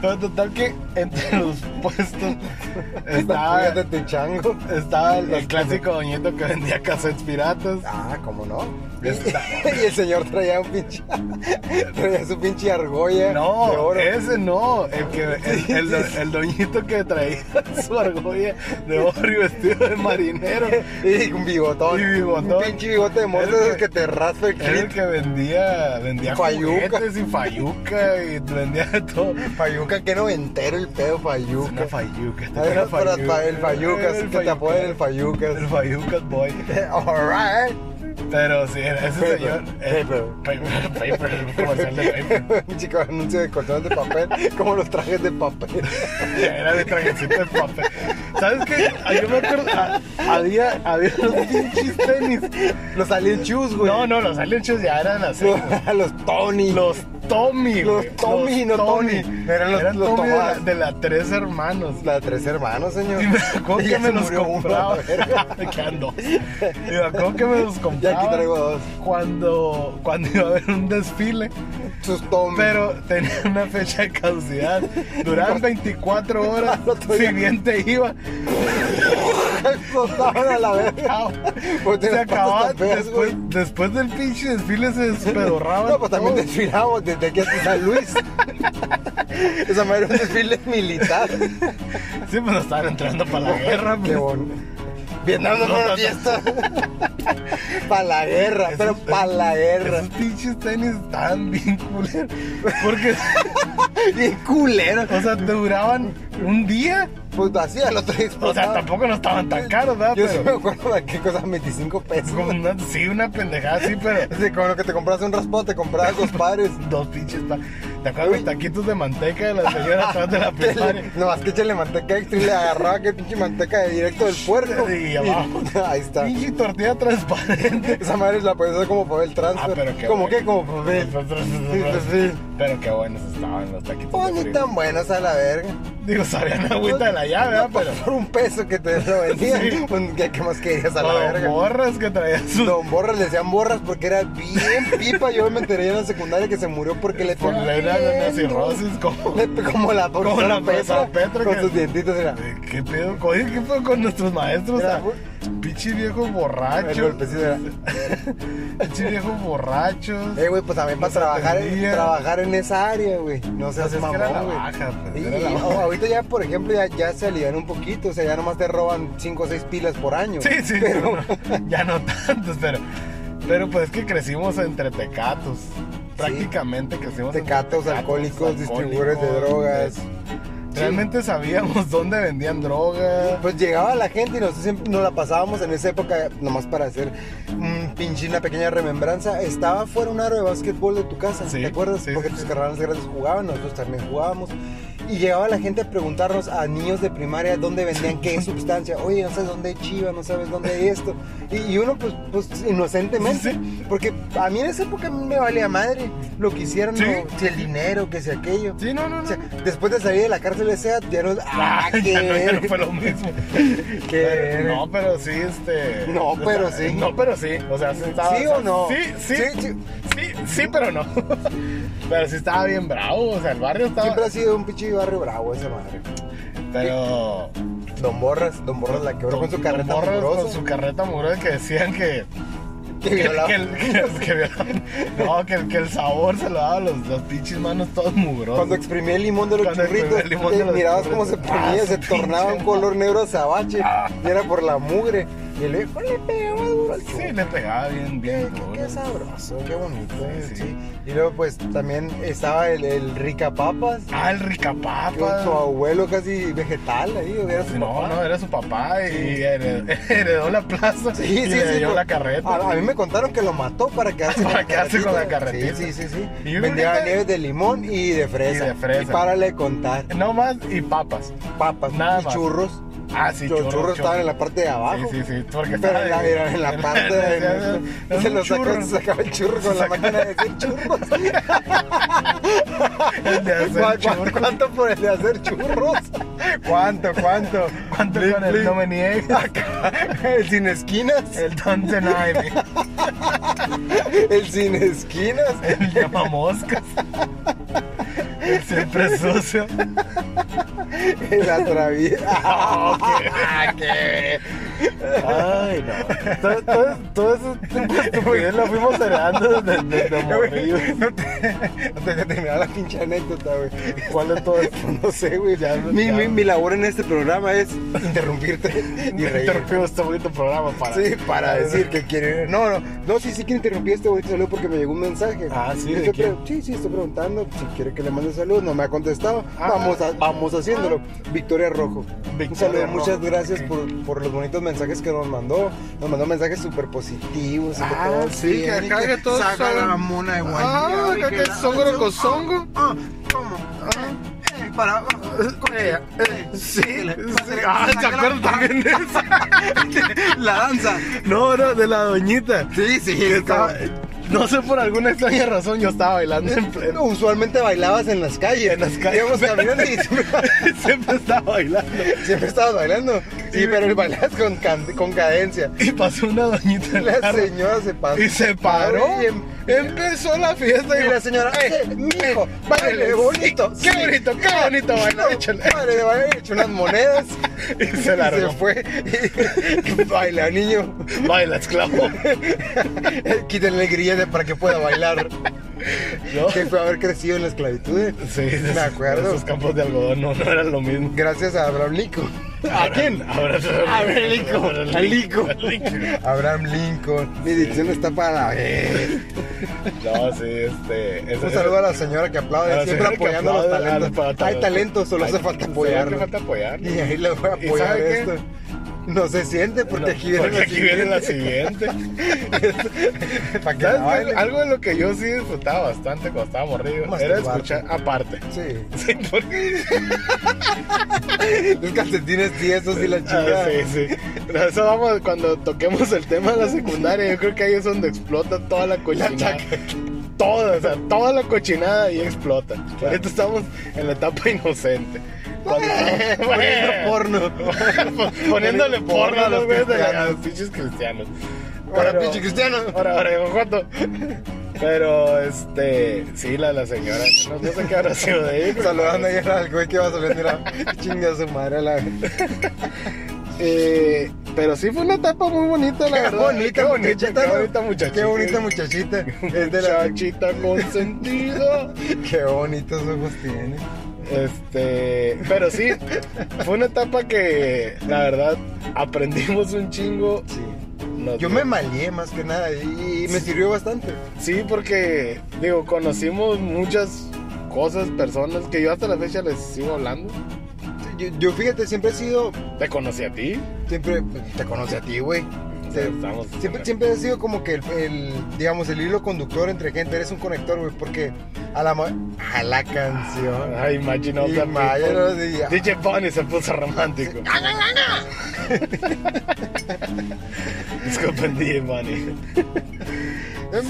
Speaker 1: Pero total que entre los puestos
Speaker 2: Pulgas
Speaker 1: estaba,
Speaker 2: de tu chango.
Speaker 1: estaba el, el clásico doñito que vendía cassettes piratas.
Speaker 2: Ah, ¿cómo no?
Speaker 1: Está-
Speaker 2: y el señor traía un pinche. traía su pinche argolla. de
Speaker 1: No,
Speaker 2: oro.
Speaker 1: ese no, el que el, el do- el doñito que traía su argolla de oro y vestido de marinero.
Speaker 2: Y un bigotón.
Speaker 1: Y bigotón.
Speaker 2: Un pinche bigote de
Speaker 1: Es el
Speaker 2: monstruo
Speaker 1: que-
Speaker 2: que te raspa el
Speaker 1: Era el
Speaker 2: clip.
Speaker 1: que vendía, vendía
Speaker 2: Fayuca.
Speaker 1: juguetes y fayuca y vendía de todo.
Speaker 2: Fayuca, que noventero el pedo
Speaker 1: Una
Speaker 2: Fayuca.
Speaker 1: fayuca,
Speaker 2: A ver,
Speaker 1: era
Speaker 2: Ah, para- para el Fayucas,
Speaker 1: Era el
Speaker 2: que te apodan el Fayucas.
Speaker 1: El fayucas boy.
Speaker 2: Alright.
Speaker 1: Pero sí, era ese
Speaker 2: Paper,
Speaker 1: señor. Eh,
Speaker 2: paper.
Speaker 1: paper, paper, el comercial de paper.
Speaker 2: Un chico anuncio de colchones de papel, como los trajes de papel.
Speaker 1: Era de trajecito de papel. ¿Sabes qué? Ah, Yo me acuerdo. ah, Había, había unos pinches tenis.
Speaker 2: Los Alien Shoes, güey.
Speaker 1: No, no, los Alien Shoes ya eran así.
Speaker 2: Los, los Tony.
Speaker 1: Los Tommy,
Speaker 2: Los
Speaker 1: güey.
Speaker 2: Tommy, no Tony.
Speaker 1: Eran
Speaker 2: Eran
Speaker 1: los,
Speaker 2: los- los
Speaker 1: Tommy de la,
Speaker 2: Tomás.
Speaker 1: de la Tres Hermanos.
Speaker 2: La tres hermanos, señor.
Speaker 1: Y me acuerdo
Speaker 2: Ya
Speaker 1: que me
Speaker 2: se
Speaker 1: los
Speaker 2: murió uno,
Speaker 1: compraba.
Speaker 2: la verga.
Speaker 1: Me quedan dos. Y me acuerdo que me los
Speaker 2: Y
Speaker 1: compraba.
Speaker 2: aquí traigo dos.
Speaker 1: Cuando, cuando iba a haber un desfile.
Speaker 2: Sus Tommy.
Speaker 1: Pero tenían una fecha de caducidad. Duraban 24 horas.
Speaker 2: Al otro día.
Speaker 1: Si bien te iba.
Speaker 2: Explotaban a la verga.
Speaker 1: chao.
Speaker 2: Pues
Speaker 1: se
Speaker 2: tienes patas
Speaker 1: acababa
Speaker 2: tan feas,
Speaker 1: después, después del pinche desfile se despedorraban.
Speaker 2: No, pues también
Speaker 1: todos.
Speaker 2: desfilamos desde aquí hasta San Luis. Esa madre era un desfile militar.
Speaker 1: Sí, pues estaban entrando para la guerra.
Speaker 2: Qué
Speaker 1: pues.
Speaker 2: bueno. Vietnam no fue una fiesta. para la guerra, pero
Speaker 1: Esos-
Speaker 2: para la guerra.
Speaker 1: Esos pinches tenis tan bien culeros. Porque
Speaker 2: Bien culero.
Speaker 1: O sea, te duraban un día.
Speaker 2: Pues así al
Speaker 1: O
Speaker 2: otro día
Speaker 1: sea,
Speaker 2: explotaba.
Speaker 1: tampoco no estaban tan caros, ¿verdad?
Speaker 2: Yo sí me
Speaker 1: Pero,
Speaker 2: acuerdo de qué cosa, 25 pesos.
Speaker 1: como una- sí, una pendejada así, pero
Speaker 2: Así como lo que te compras un raspado, te comprabas dos pares.
Speaker 1: dos pinches. pa- ¿Te acuerdas los taquitos de manteca de la señora atrás de la primaria?
Speaker 2: No, más que échale manteca extra y le agarraba que pinche manteca de directo del puerco.
Speaker 1: Y abajo.
Speaker 2: Ahí está.
Speaker 1: Pinche tortilla transparente.
Speaker 2: Esa madre la puedes usar como papel transfer.
Speaker 1: Ah, pero qué
Speaker 2: ¿Cómo
Speaker 1: bueno.
Speaker 2: qué? Como papel.
Speaker 1: pues,
Speaker 2: Sí, pues, sí, sí.
Speaker 1: Pero qué buenos estaban los taquitos.
Speaker 2: Oh,
Speaker 1: de
Speaker 2: ni
Speaker 1: frijol.
Speaker 2: tan buenas a la verga.
Speaker 1: Digo, sabían agüita de la llave, ¿verdad?
Speaker 2: No,
Speaker 1: Pero.
Speaker 2: Por un peso que te lo vendían.
Speaker 1: Sí.
Speaker 2: pues, ¿Qué, qué más querías a la
Speaker 1: o
Speaker 2: verga?
Speaker 1: borras que traían sus.
Speaker 2: Don Borras le decían borras porque era bien pipa. Yo me enteré en la secundaria que se murió porque le
Speaker 1: Por la era de una cirrosis, como.
Speaker 2: Le- como la
Speaker 1: Como la profesora Petra,
Speaker 2: con
Speaker 1: que-
Speaker 2: sus dientitos era
Speaker 1: ¿Qué pedo? Oye, ¿qué pedo con nuestros maestros?
Speaker 2: Era
Speaker 1: Ah, Pinche viejos
Speaker 2: el
Speaker 1: borrachos.
Speaker 2: golpecito era
Speaker 1: Pinche viejos borrachos.
Speaker 2: eh güey pues también para trabajar
Speaker 1: atendían.
Speaker 2: trabajar en esa área güey no seas
Speaker 1: Pues es que
Speaker 2: mamón
Speaker 1: era la
Speaker 2: güey
Speaker 1: baja, pues,
Speaker 2: Y-
Speaker 1: era la
Speaker 2: y-
Speaker 1: baja.
Speaker 2: oh, ahorita ya por ejemplo ya, ya se alivian un poquito o sea ya nomás te roban 5 o 6 pilas por año
Speaker 1: Sí, sí,
Speaker 2: pero
Speaker 1: no, no, ya no tantos, pero. Pero pues es que crecimos entre tecatos. Prácticamente crecimos
Speaker 2: Tecatos, alcohólicos, distribuidores de drogas.
Speaker 1: Realmente sabíamos dónde vendían droga.
Speaker 2: pues llegaba la gente y nosotros siempre nos la pasábamos en esa época nomás para hacer un pinche una pequeña remembranza estaba fuera un aro de básquetbol de tu casa
Speaker 1: Sí,
Speaker 2: ¿te acuerdas?
Speaker 1: sí,
Speaker 2: porque
Speaker 1: sí,
Speaker 2: tus
Speaker 1: sí.
Speaker 2: carnales grandes jugaban nosotros también jugábamos y llegaba la gente a preguntarnos a niños de primaria dónde vendían qué sustancia oye no sabes dónde hay chiva no sabes dónde hay esto y, y uno pues, pues inocentemente porque a mí en esa época me valía madre lo que hicieron
Speaker 1: Sí.
Speaker 2: ¿no? si el dinero que si aquello
Speaker 1: Sí, no, no,
Speaker 2: o
Speaker 1: no.
Speaker 2: sea, después de salir de la cárcel de SEAT, ya no... ¡Ah,
Speaker 1: Ah,
Speaker 2: qué
Speaker 1: ya no, ya no
Speaker 2: verga!
Speaker 1: fue lo mismo.
Speaker 2: Qué
Speaker 1: Pero-
Speaker 2: verga.
Speaker 1: no, pero sí, este.
Speaker 2: No,
Speaker 1: o sea,
Speaker 2: pero sí.
Speaker 1: No, pero sí. O sea, sí estaba.
Speaker 2: ¿Sí
Speaker 1: sea,
Speaker 2: o no?
Speaker 1: Sí, sí.
Speaker 2: Sí,
Speaker 1: Sí,
Speaker 2: sí.
Speaker 1: sí, pero no. pero sí estaba bien bravo. O sea, el barrio estaba.
Speaker 2: Siempre ha sido un pinche barrio bravo esa madre.
Speaker 1: Pero.
Speaker 2: Don Borras, Don Borras la quebró con su
Speaker 1: Don
Speaker 2: carreta
Speaker 1: Borras Con
Speaker 2: amorosa.
Speaker 1: su carreta mugrosa que decían que.
Speaker 2: Que
Speaker 1: que-
Speaker 2: violaba.
Speaker 1: que el, que- que violaban- no, que, el- que el sabor se lo daba a los, los pinches manos todos mugrosos.
Speaker 2: Cuando exprimía el limón de los
Speaker 1: Cuando exprimía
Speaker 2: churritos,
Speaker 1: el limón de
Speaker 2: eh,
Speaker 1: los
Speaker 2: mirabas cómo se
Speaker 1: churritos.
Speaker 2: ponía,
Speaker 1: Ah,
Speaker 2: se
Speaker 1: pinche
Speaker 2: tornaba un
Speaker 1: madre. Ah.
Speaker 2: color negro azabache. Y era por la mugre. Y le dijo, le pegaba duro al
Speaker 1: Sí,
Speaker 2: churro.
Speaker 1: le pegaba bien, bien.
Speaker 2: Qué-
Speaker 1: duro.
Speaker 2: Qué sabroso, qué bonito. eh,
Speaker 1: Sí, sí.
Speaker 2: sí. Y luego, pues, también estaba el, el Rica Papas.
Speaker 1: Ah, el
Speaker 2: que Su
Speaker 1: ricapapa.
Speaker 2: abuelo casi vegetal ahí, o era su
Speaker 1: no,
Speaker 2: papá.
Speaker 1: no, era su papá y heredó, heredó la plaza
Speaker 2: Sí,
Speaker 1: y
Speaker 2: sí,
Speaker 1: le
Speaker 2: sí,
Speaker 1: dio
Speaker 2: por-
Speaker 1: la carreta.
Speaker 2: A, a mí me contaron que lo mató para quedarse
Speaker 1: Para quedarse con la carretita.
Speaker 2: Sí, sí, sí. sí.
Speaker 1: Y yo
Speaker 2: Vendía
Speaker 1: ahorita-
Speaker 2: nieve de limón y de fresa.
Speaker 1: Y de fresa.
Speaker 2: párale contar.
Speaker 1: No más y papas.
Speaker 2: Papas
Speaker 1: Nada
Speaker 2: y
Speaker 1: más.
Speaker 2: churros.
Speaker 1: Ah, sí,
Speaker 2: Los churros, estaban en la parte de abajo.
Speaker 1: Sí, sí, sí, porque
Speaker 2: Pero
Speaker 1: estaba
Speaker 2: en la,
Speaker 1: de-
Speaker 2: era en la parte de.
Speaker 1: Es
Speaker 2: se
Speaker 1: un
Speaker 2: lo sacó,
Speaker 1: churro.
Speaker 2: se sacaba el churro con la
Speaker 1: Saca-
Speaker 2: máquina de hacer churros.
Speaker 1: El de hacer
Speaker 2: ¿Cuá- cuá-
Speaker 1: churros.
Speaker 2: ¿Cuánto por el de hacer churros? ¿Cuánto, cuánto?
Speaker 1: ¿Cuánto
Speaker 2: Bling,
Speaker 1: con el
Speaker 2: bling.
Speaker 1: no me niegues?
Speaker 2: El sin esquinas.
Speaker 1: El don't deny me.
Speaker 2: El sin esquinas.
Speaker 1: El llama moscas. El siempre sucio.
Speaker 2: El atraviesa.
Speaker 1: Ah, qué.
Speaker 2: Ay, no. Todo, todo, todo eso
Speaker 1: Pues lo fuimos heredando desde, desde morrillos.
Speaker 2: Güey, No te, no te dejes terminar la pinche anécdota, güey.
Speaker 1: ¿Cuál de todo esto?
Speaker 2: No sé, güey.
Speaker 1: Ya,
Speaker 2: mi,
Speaker 1: ya.
Speaker 2: mi- mi labor en este programa es interrumpirte y reír.
Speaker 1: Interrumpimos este bonito programa para.
Speaker 2: Sí, para decir que quiere. No, no, no, sí, sí que interrumpí este bonito saludo porque me llegó un mensaje.
Speaker 1: Ah, sí,
Speaker 2: Y
Speaker 1: ¿de
Speaker 2: estoy
Speaker 1: quién?
Speaker 2: pre- Sí, sí, estoy preguntando si quiere que le mande saludos. No me ha contestado.
Speaker 1: Ah.
Speaker 2: Vamos, a- vamos haciéndolo. Victoria Rojo.
Speaker 1: Victoria
Speaker 2: un saludo,
Speaker 1: Rojo.
Speaker 2: muchas gracias
Speaker 1: Ok.
Speaker 2: por, por los bonitos mensajes que nos mandó. Nos mandó mensajes súper positivos. súper
Speaker 1: Ah,
Speaker 2: todo
Speaker 1: sí,
Speaker 2: bien,
Speaker 1: que
Speaker 2: y
Speaker 1: acá que todos
Speaker 2: saca
Speaker 1: saben.
Speaker 2: la mamona de
Speaker 1: Ah,
Speaker 2: Guayana,
Speaker 1: acá
Speaker 2: y
Speaker 1: que
Speaker 2: la-
Speaker 1: songo con songo.
Speaker 2: Ah, ¿cómo? Ah, eh, para abajo.
Speaker 1: Eh, eh, sí, sí. Ah, ¿se
Speaker 2: Saca la-
Speaker 1: acuerdan también de esa?
Speaker 2: La danza.
Speaker 1: No, no, de la doñita.
Speaker 2: Sí, sí,
Speaker 1: Que estaba- no sé por alguna extraña razón, yo estaba bailando en pleno.
Speaker 2: Usualmente bailabas en las calles.
Speaker 1: En las calles.
Speaker 2: Íbamos caminando y siempre,
Speaker 1: Siempre estaba bailando.
Speaker 2: siempre estabas bailando. Sí,
Speaker 1: Sí.
Speaker 2: pero bailabas con, can- con cadencia.
Speaker 1: Y pasó una doñita en el
Speaker 2: La
Speaker 1: carro
Speaker 2: señora se pasó.
Speaker 1: y se paró.
Speaker 2: Y, em-
Speaker 1: Empezó la fiesta
Speaker 2: y
Speaker 1: y
Speaker 2: la señora, eh, mijo, baile bonito.
Speaker 1: Qué bonito, qué bonito bailar. échale.
Speaker 2: Padre, baile, echó unas monedas.
Speaker 1: Y se
Speaker 2: Y se
Speaker 1: largó.
Speaker 2: fue. Y- Baila, niño.
Speaker 1: Baila, esclavo.
Speaker 2: Quítenle el grillete para que pueda bailar.
Speaker 1: ¿No?
Speaker 2: Que fue haber crecido en la esclavitud. eh.
Speaker 1: Sí,
Speaker 2: me acuerdo.
Speaker 1: Esos campos de algodón no, no eran lo mismo.
Speaker 2: Gracias a Abraham Lincoln.
Speaker 1: ¿A quién?
Speaker 2: Abraham Lincoln.
Speaker 1: Abraham Lincoln.
Speaker 2: Abraham Lincoln. Mi dicción está para la verga.
Speaker 1: No, sí, este. ese-
Speaker 2: Un
Speaker 1: ese-
Speaker 2: saludo a la señora que aplaude,
Speaker 1: a la
Speaker 2: siempre
Speaker 1: señora que
Speaker 2: apoyando
Speaker 1: aplaude
Speaker 2: los
Speaker 1: a los
Speaker 2: talentos.
Speaker 1: talentos.
Speaker 2: Hay talentos, solo
Speaker 1: Hay-
Speaker 2: hace falta
Speaker 1: será que
Speaker 2: apoyarlo.
Speaker 1: falta apoyar.
Speaker 2: Y ahí le voy a
Speaker 1: ¿Y
Speaker 2: apoyar
Speaker 1: sabe qué?
Speaker 2: esto. No se siente porque aquí viene
Speaker 1: Porque
Speaker 2: la
Speaker 1: aquí viene la
Speaker 2: siguiente.
Speaker 1: siguiente.
Speaker 2: Para que la
Speaker 1: ¿Sabes qué?
Speaker 2: baile.
Speaker 1: Algo de lo que yo sí disfrutaba bastante cuando estaba morrido era
Speaker 2: Masturbarte.
Speaker 1: escuchar aparte.
Speaker 2: Sí.
Speaker 1: Sí, porque-
Speaker 2: Los calcetines tiesos y la
Speaker 1: Ah,
Speaker 2: chingada.
Speaker 1: sí, sí. Pero eso vamos cuando toquemos el tema de la secundaria. Yo creo que ahí es donde explota toda la cochinada. toda, o sea, toda la cochinada ahí explota.
Speaker 2: Claro.
Speaker 1: Ahorita estamos en la etapa inocente. Cuando estamos
Speaker 2: Poniendo porno.
Speaker 1: poniéndole porno a los güeyes de la- a
Speaker 2: cristianos.
Speaker 1: los pinches cristianos.
Speaker 2: Ahora,
Speaker 1: Pero-
Speaker 2: pinche cristiano.
Speaker 1: Ahora, ahora, llegó Joto. Pero, este, sí, la, la señora, no, no sé qué habrá sido de ella. pero-
Speaker 2: Saludando ayer al güey que va a salir, mira, chinga su madre a la
Speaker 1: Eh, pero sí fue una etapa muy bonita, la
Speaker 2: Qué
Speaker 1: verdad.
Speaker 2: bonita
Speaker 1: qué bonita,
Speaker 2: muchachita,
Speaker 1: qué
Speaker 2: ¿no?
Speaker 1: bonita muchachita. eh.
Speaker 2: Qué bonita muchachita. Es de la...
Speaker 1: Muchachita consentida.
Speaker 2: Qué bonitos ojos tiene.
Speaker 1: Este, pero sí, fue una etapa que la verdad aprendimos un chingo.
Speaker 2: Sí.
Speaker 1: Nos-
Speaker 2: Yo me malié más que nada y y me sirvió bastante.
Speaker 1: Sí, porque digo, conocimos muchas cosas, personas que yo hasta la fecha les sigo hablando.
Speaker 2: Yo, yo, fíjate, siempre he sido,
Speaker 1: Te conocí a ti.
Speaker 2: siempre pues, te conocí a ti, güey.
Speaker 1: O sea,
Speaker 2: Te-
Speaker 1: estamos
Speaker 2: Siempre, siempre ha sido como que el, el, digamos, el hilo conductor entre gente. Eres un conector, güey, porque a la, ma- a la canción.
Speaker 1: Ah, Ay, imagino.
Speaker 2: Y Maya, no, sí, ya.
Speaker 1: DJ Bonnie se puso romántico. Disculpen, DJ Bonnie.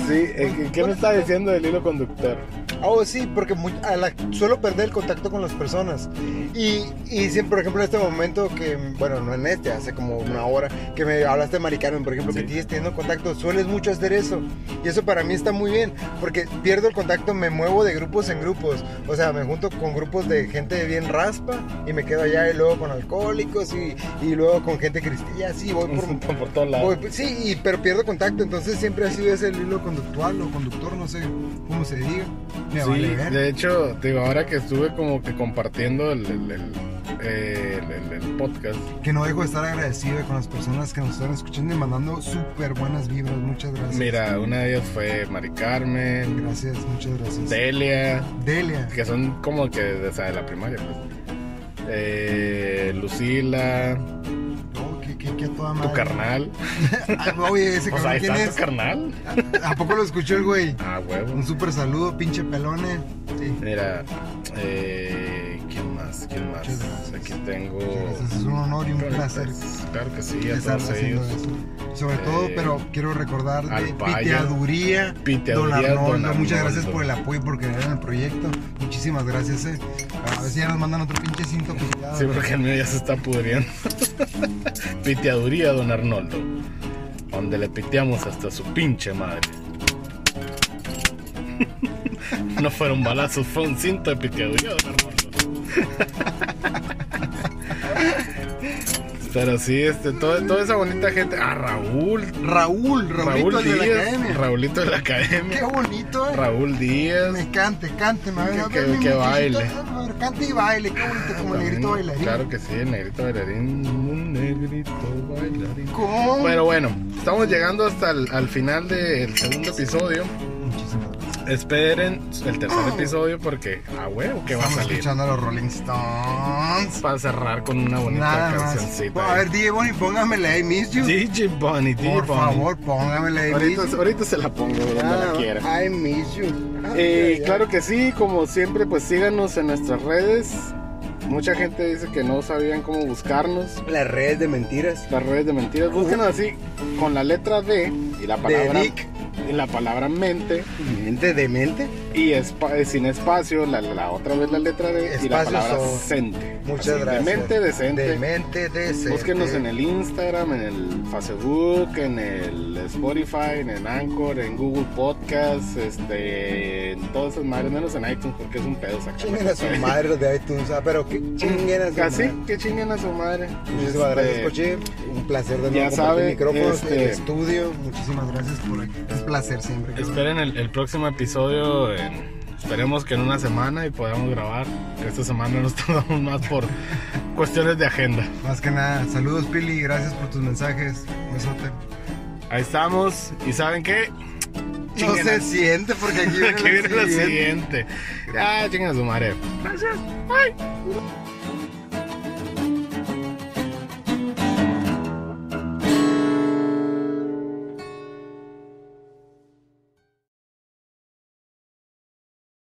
Speaker 1: Sí, eh, ¿qué- ¿qué me está diciendo del hilo conductor?
Speaker 2: Oh, sí, porque mu- a la- suelo perder el contacto con las personas. Y, y siempre, por ejemplo, en este momento que, bueno, no en este, hace como una hora, que me hablaste de Mari Carmen, por ejemplo, que
Speaker 1: Sí.
Speaker 2: sigues teniendo contacto, sueles mucho hacer eso. Y eso para mí está muy bien, porque pierdo el contacto, me muevo de grupos en grupos. O sea, me junto con grupos de gente bien raspa y me quedo allá y luego con alcohólicos y, y luego con gente cristiana. Y así voy por,
Speaker 1: Por, por todos lados.
Speaker 2: Voy, pues, sí, y- pero pierdo contacto, entonces siempre ha sido ese el hilo conductual o conductor, no sé cómo se diga. Me
Speaker 1: Sí,
Speaker 2: vale ver.
Speaker 1: de hecho, te digo, ahora que estuve como que compartiendo el, el- el, eh, el- el- el podcast,
Speaker 2: Que no dejo de estar agradecido con las personas que nos están escuchando y mandando súper buenas vibras. Muchas gracias.
Speaker 1: mira, una de ellas fue Mari Carmen,
Speaker 2: Gracias, muchas gracias.
Speaker 1: Delia,
Speaker 2: Delia.
Speaker 1: que son como que o sea, de la primaria, pues. Eh, Lucila,
Speaker 2: Oh, que, que, que a toda madre.
Speaker 1: tu carnal.
Speaker 2: Ah, oye, ese
Speaker 1: O sea,
Speaker 2: carnal,
Speaker 1: ahí
Speaker 2: ¿quién
Speaker 1: está tu
Speaker 2: es? Mm.
Speaker 1: carnal.
Speaker 2: ¿A poco lo escuchó el güey?
Speaker 1: Ah, huevo.
Speaker 2: Un súper saludo, pinche pelone. Sí.
Speaker 1: Mira, eh, ¿quién más? ¿Quién más?
Speaker 2: Muchas gracias.
Speaker 1: Aquí tengo.
Speaker 2: Gracias, es un honor y un placer.
Speaker 1: Claro que sí, a
Speaker 2: estar
Speaker 1: todos
Speaker 2: haciendo
Speaker 1: ellos.
Speaker 2: eso. Sobre todo,
Speaker 1: Eh,
Speaker 2: pero quiero recordar
Speaker 1: al
Speaker 2: de
Speaker 1: Paya,
Speaker 2: Piteaduría,
Speaker 1: Piteaduría,
Speaker 2: Don Arnoldo.
Speaker 1: Don Arnoldo.
Speaker 2: Muchas gracias por el apoyo y por creer en el proyecto. Muchísimas gracias. eh. A ver si ya nos mandan otro pinche cinto piteado.
Speaker 1: Sí, porque el mío ya se está pudriendo. Piteaduría, don Arnoldo. Donde le piteamos hasta su pinche madre. No fueron balazos, fue un cinto de piteaduría, don Arnoldo. Pero sí, este, todo- toda esa bonita gente. Ah, Raúl.
Speaker 2: Raúl, Raúlito
Speaker 1: Raúl
Speaker 2: el de la
Speaker 1: Díaz.
Speaker 2: academia.
Speaker 1: Raúlito de la
Speaker 2: Qué
Speaker 1: acadea.
Speaker 2: bonito, eh.
Speaker 1: Raúl Díaz.
Speaker 2: Me cante, cante, me
Speaker 1: Que-
Speaker 2: ver,
Speaker 1: que-
Speaker 2: a ver, mi
Speaker 1: que
Speaker 2: muchachito,
Speaker 1: baile.
Speaker 2: a ver, Cante y baile, qué bonito, como el
Speaker 1: También,
Speaker 2: negrito bailarín.
Speaker 1: Claro que sí, el negrito bailarín. Un negrito bailarín.
Speaker 2: ¿Cómo?
Speaker 1: Pero bueno, estamos llegando hasta el al final del segundo episodio.
Speaker 2: Muchísimas gracias.
Speaker 1: Esperen el tercer episodio porque a huevo que va a
Speaker 2: Ah. Estamos
Speaker 1: salir.
Speaker 2: escuchando a los Rolling Stones.
Speaker 1: Para cerrar con una bonita
Speaker 2: Nada más.
Speaker 1: cancioncita. eh.
Speaker 2: A ver, DJ Bonnie, póngamela ahí, Miss You.
Speaker 1: DJ Bunny, DJ
Speaker 2: Por
Speaker 1: Bunny.
Speaker 2: favor, póngamela ahí, Miss
Speaker 1: Ahorita,
Speaker 2: You.
Speaker 1: ahorita se la pongo donde la quiera.
Speaker 2: I miss you.
Speaker 1: Eh, claro que sí, como siempre, pues síganos en nuestras redes. Mucha gente dice que no sabían cómo buscarnos.
Speaker 2: Las redes de mentiras.
Speaker 1: Las redes de mentiras. Búsquenos así con la letra D y la palabra
Speaker 2: Dick.
Speaker 1: y la palabra mente.
Speaker 2: Mente, demente.
Speaker 1: Y espa- eh, sin espacio, la, la- la otra vez la letra D y la
Speaker 2: Espacios
Speaker 1: palabra
Speaker 2: o-
Speaker 1: decente.
Speaker 2: Muchas
Speaker 1: Así,
Speaker 2: gracias.
Speaker 1: Demente, decente.
Speaker 2: Demente, decente.
Speaker 1: Búsquenos en el Instagram, en el Facebook, en el Spotify, en el Anchor, en Google Podcast, este, en todas esas madres, menos en iTunes porque es un pedo sacar.
Speaker 2: Chinguen a su madre los de iTunes. Ah, pero que chinguen a su
Speaker 1: Así
Speaker 2: madre.
Speaker 1: que chinguen a su madre.
Speaker 2: Muchísimas
Speaker 1: Este,
Speaker 2: gracias, Coche. Un placer de nuevo
Speaker 1: ya
Speaker 2: compartir
Speaker 1: sabe,
Speaker 2: micrófonos
Speaker 1: este-
Speaker 2: el estudio. Muchísimas gracias por aquí. Es un placer siempre. cabrón.
Speaker 1: Esperen el, el próximo episodio. en- esperemos que en una semana y podamos grabar. Esta semana nos tardamos más por cuestiones de agenda.
Speaker 2: Más que nada, saludos, Pili. Gracias por tus mensajes. Besote.
Speaker 1: Ahí estamos. ¿Y saben qué?
Speaker 2: No
Speaker 1: chinguen
Speaker 2: se
Speaker 1: a-
Speaker 2: siente porque aquí
Speaker 1: que
Speaker 2: viene
Speaker 1: viene
Speaker 2: lo
Speaker 1: la
Speaker 2: siguiente.
Speaker 1: siguiente. Ah, chingan a su madre. Gracias. Bye.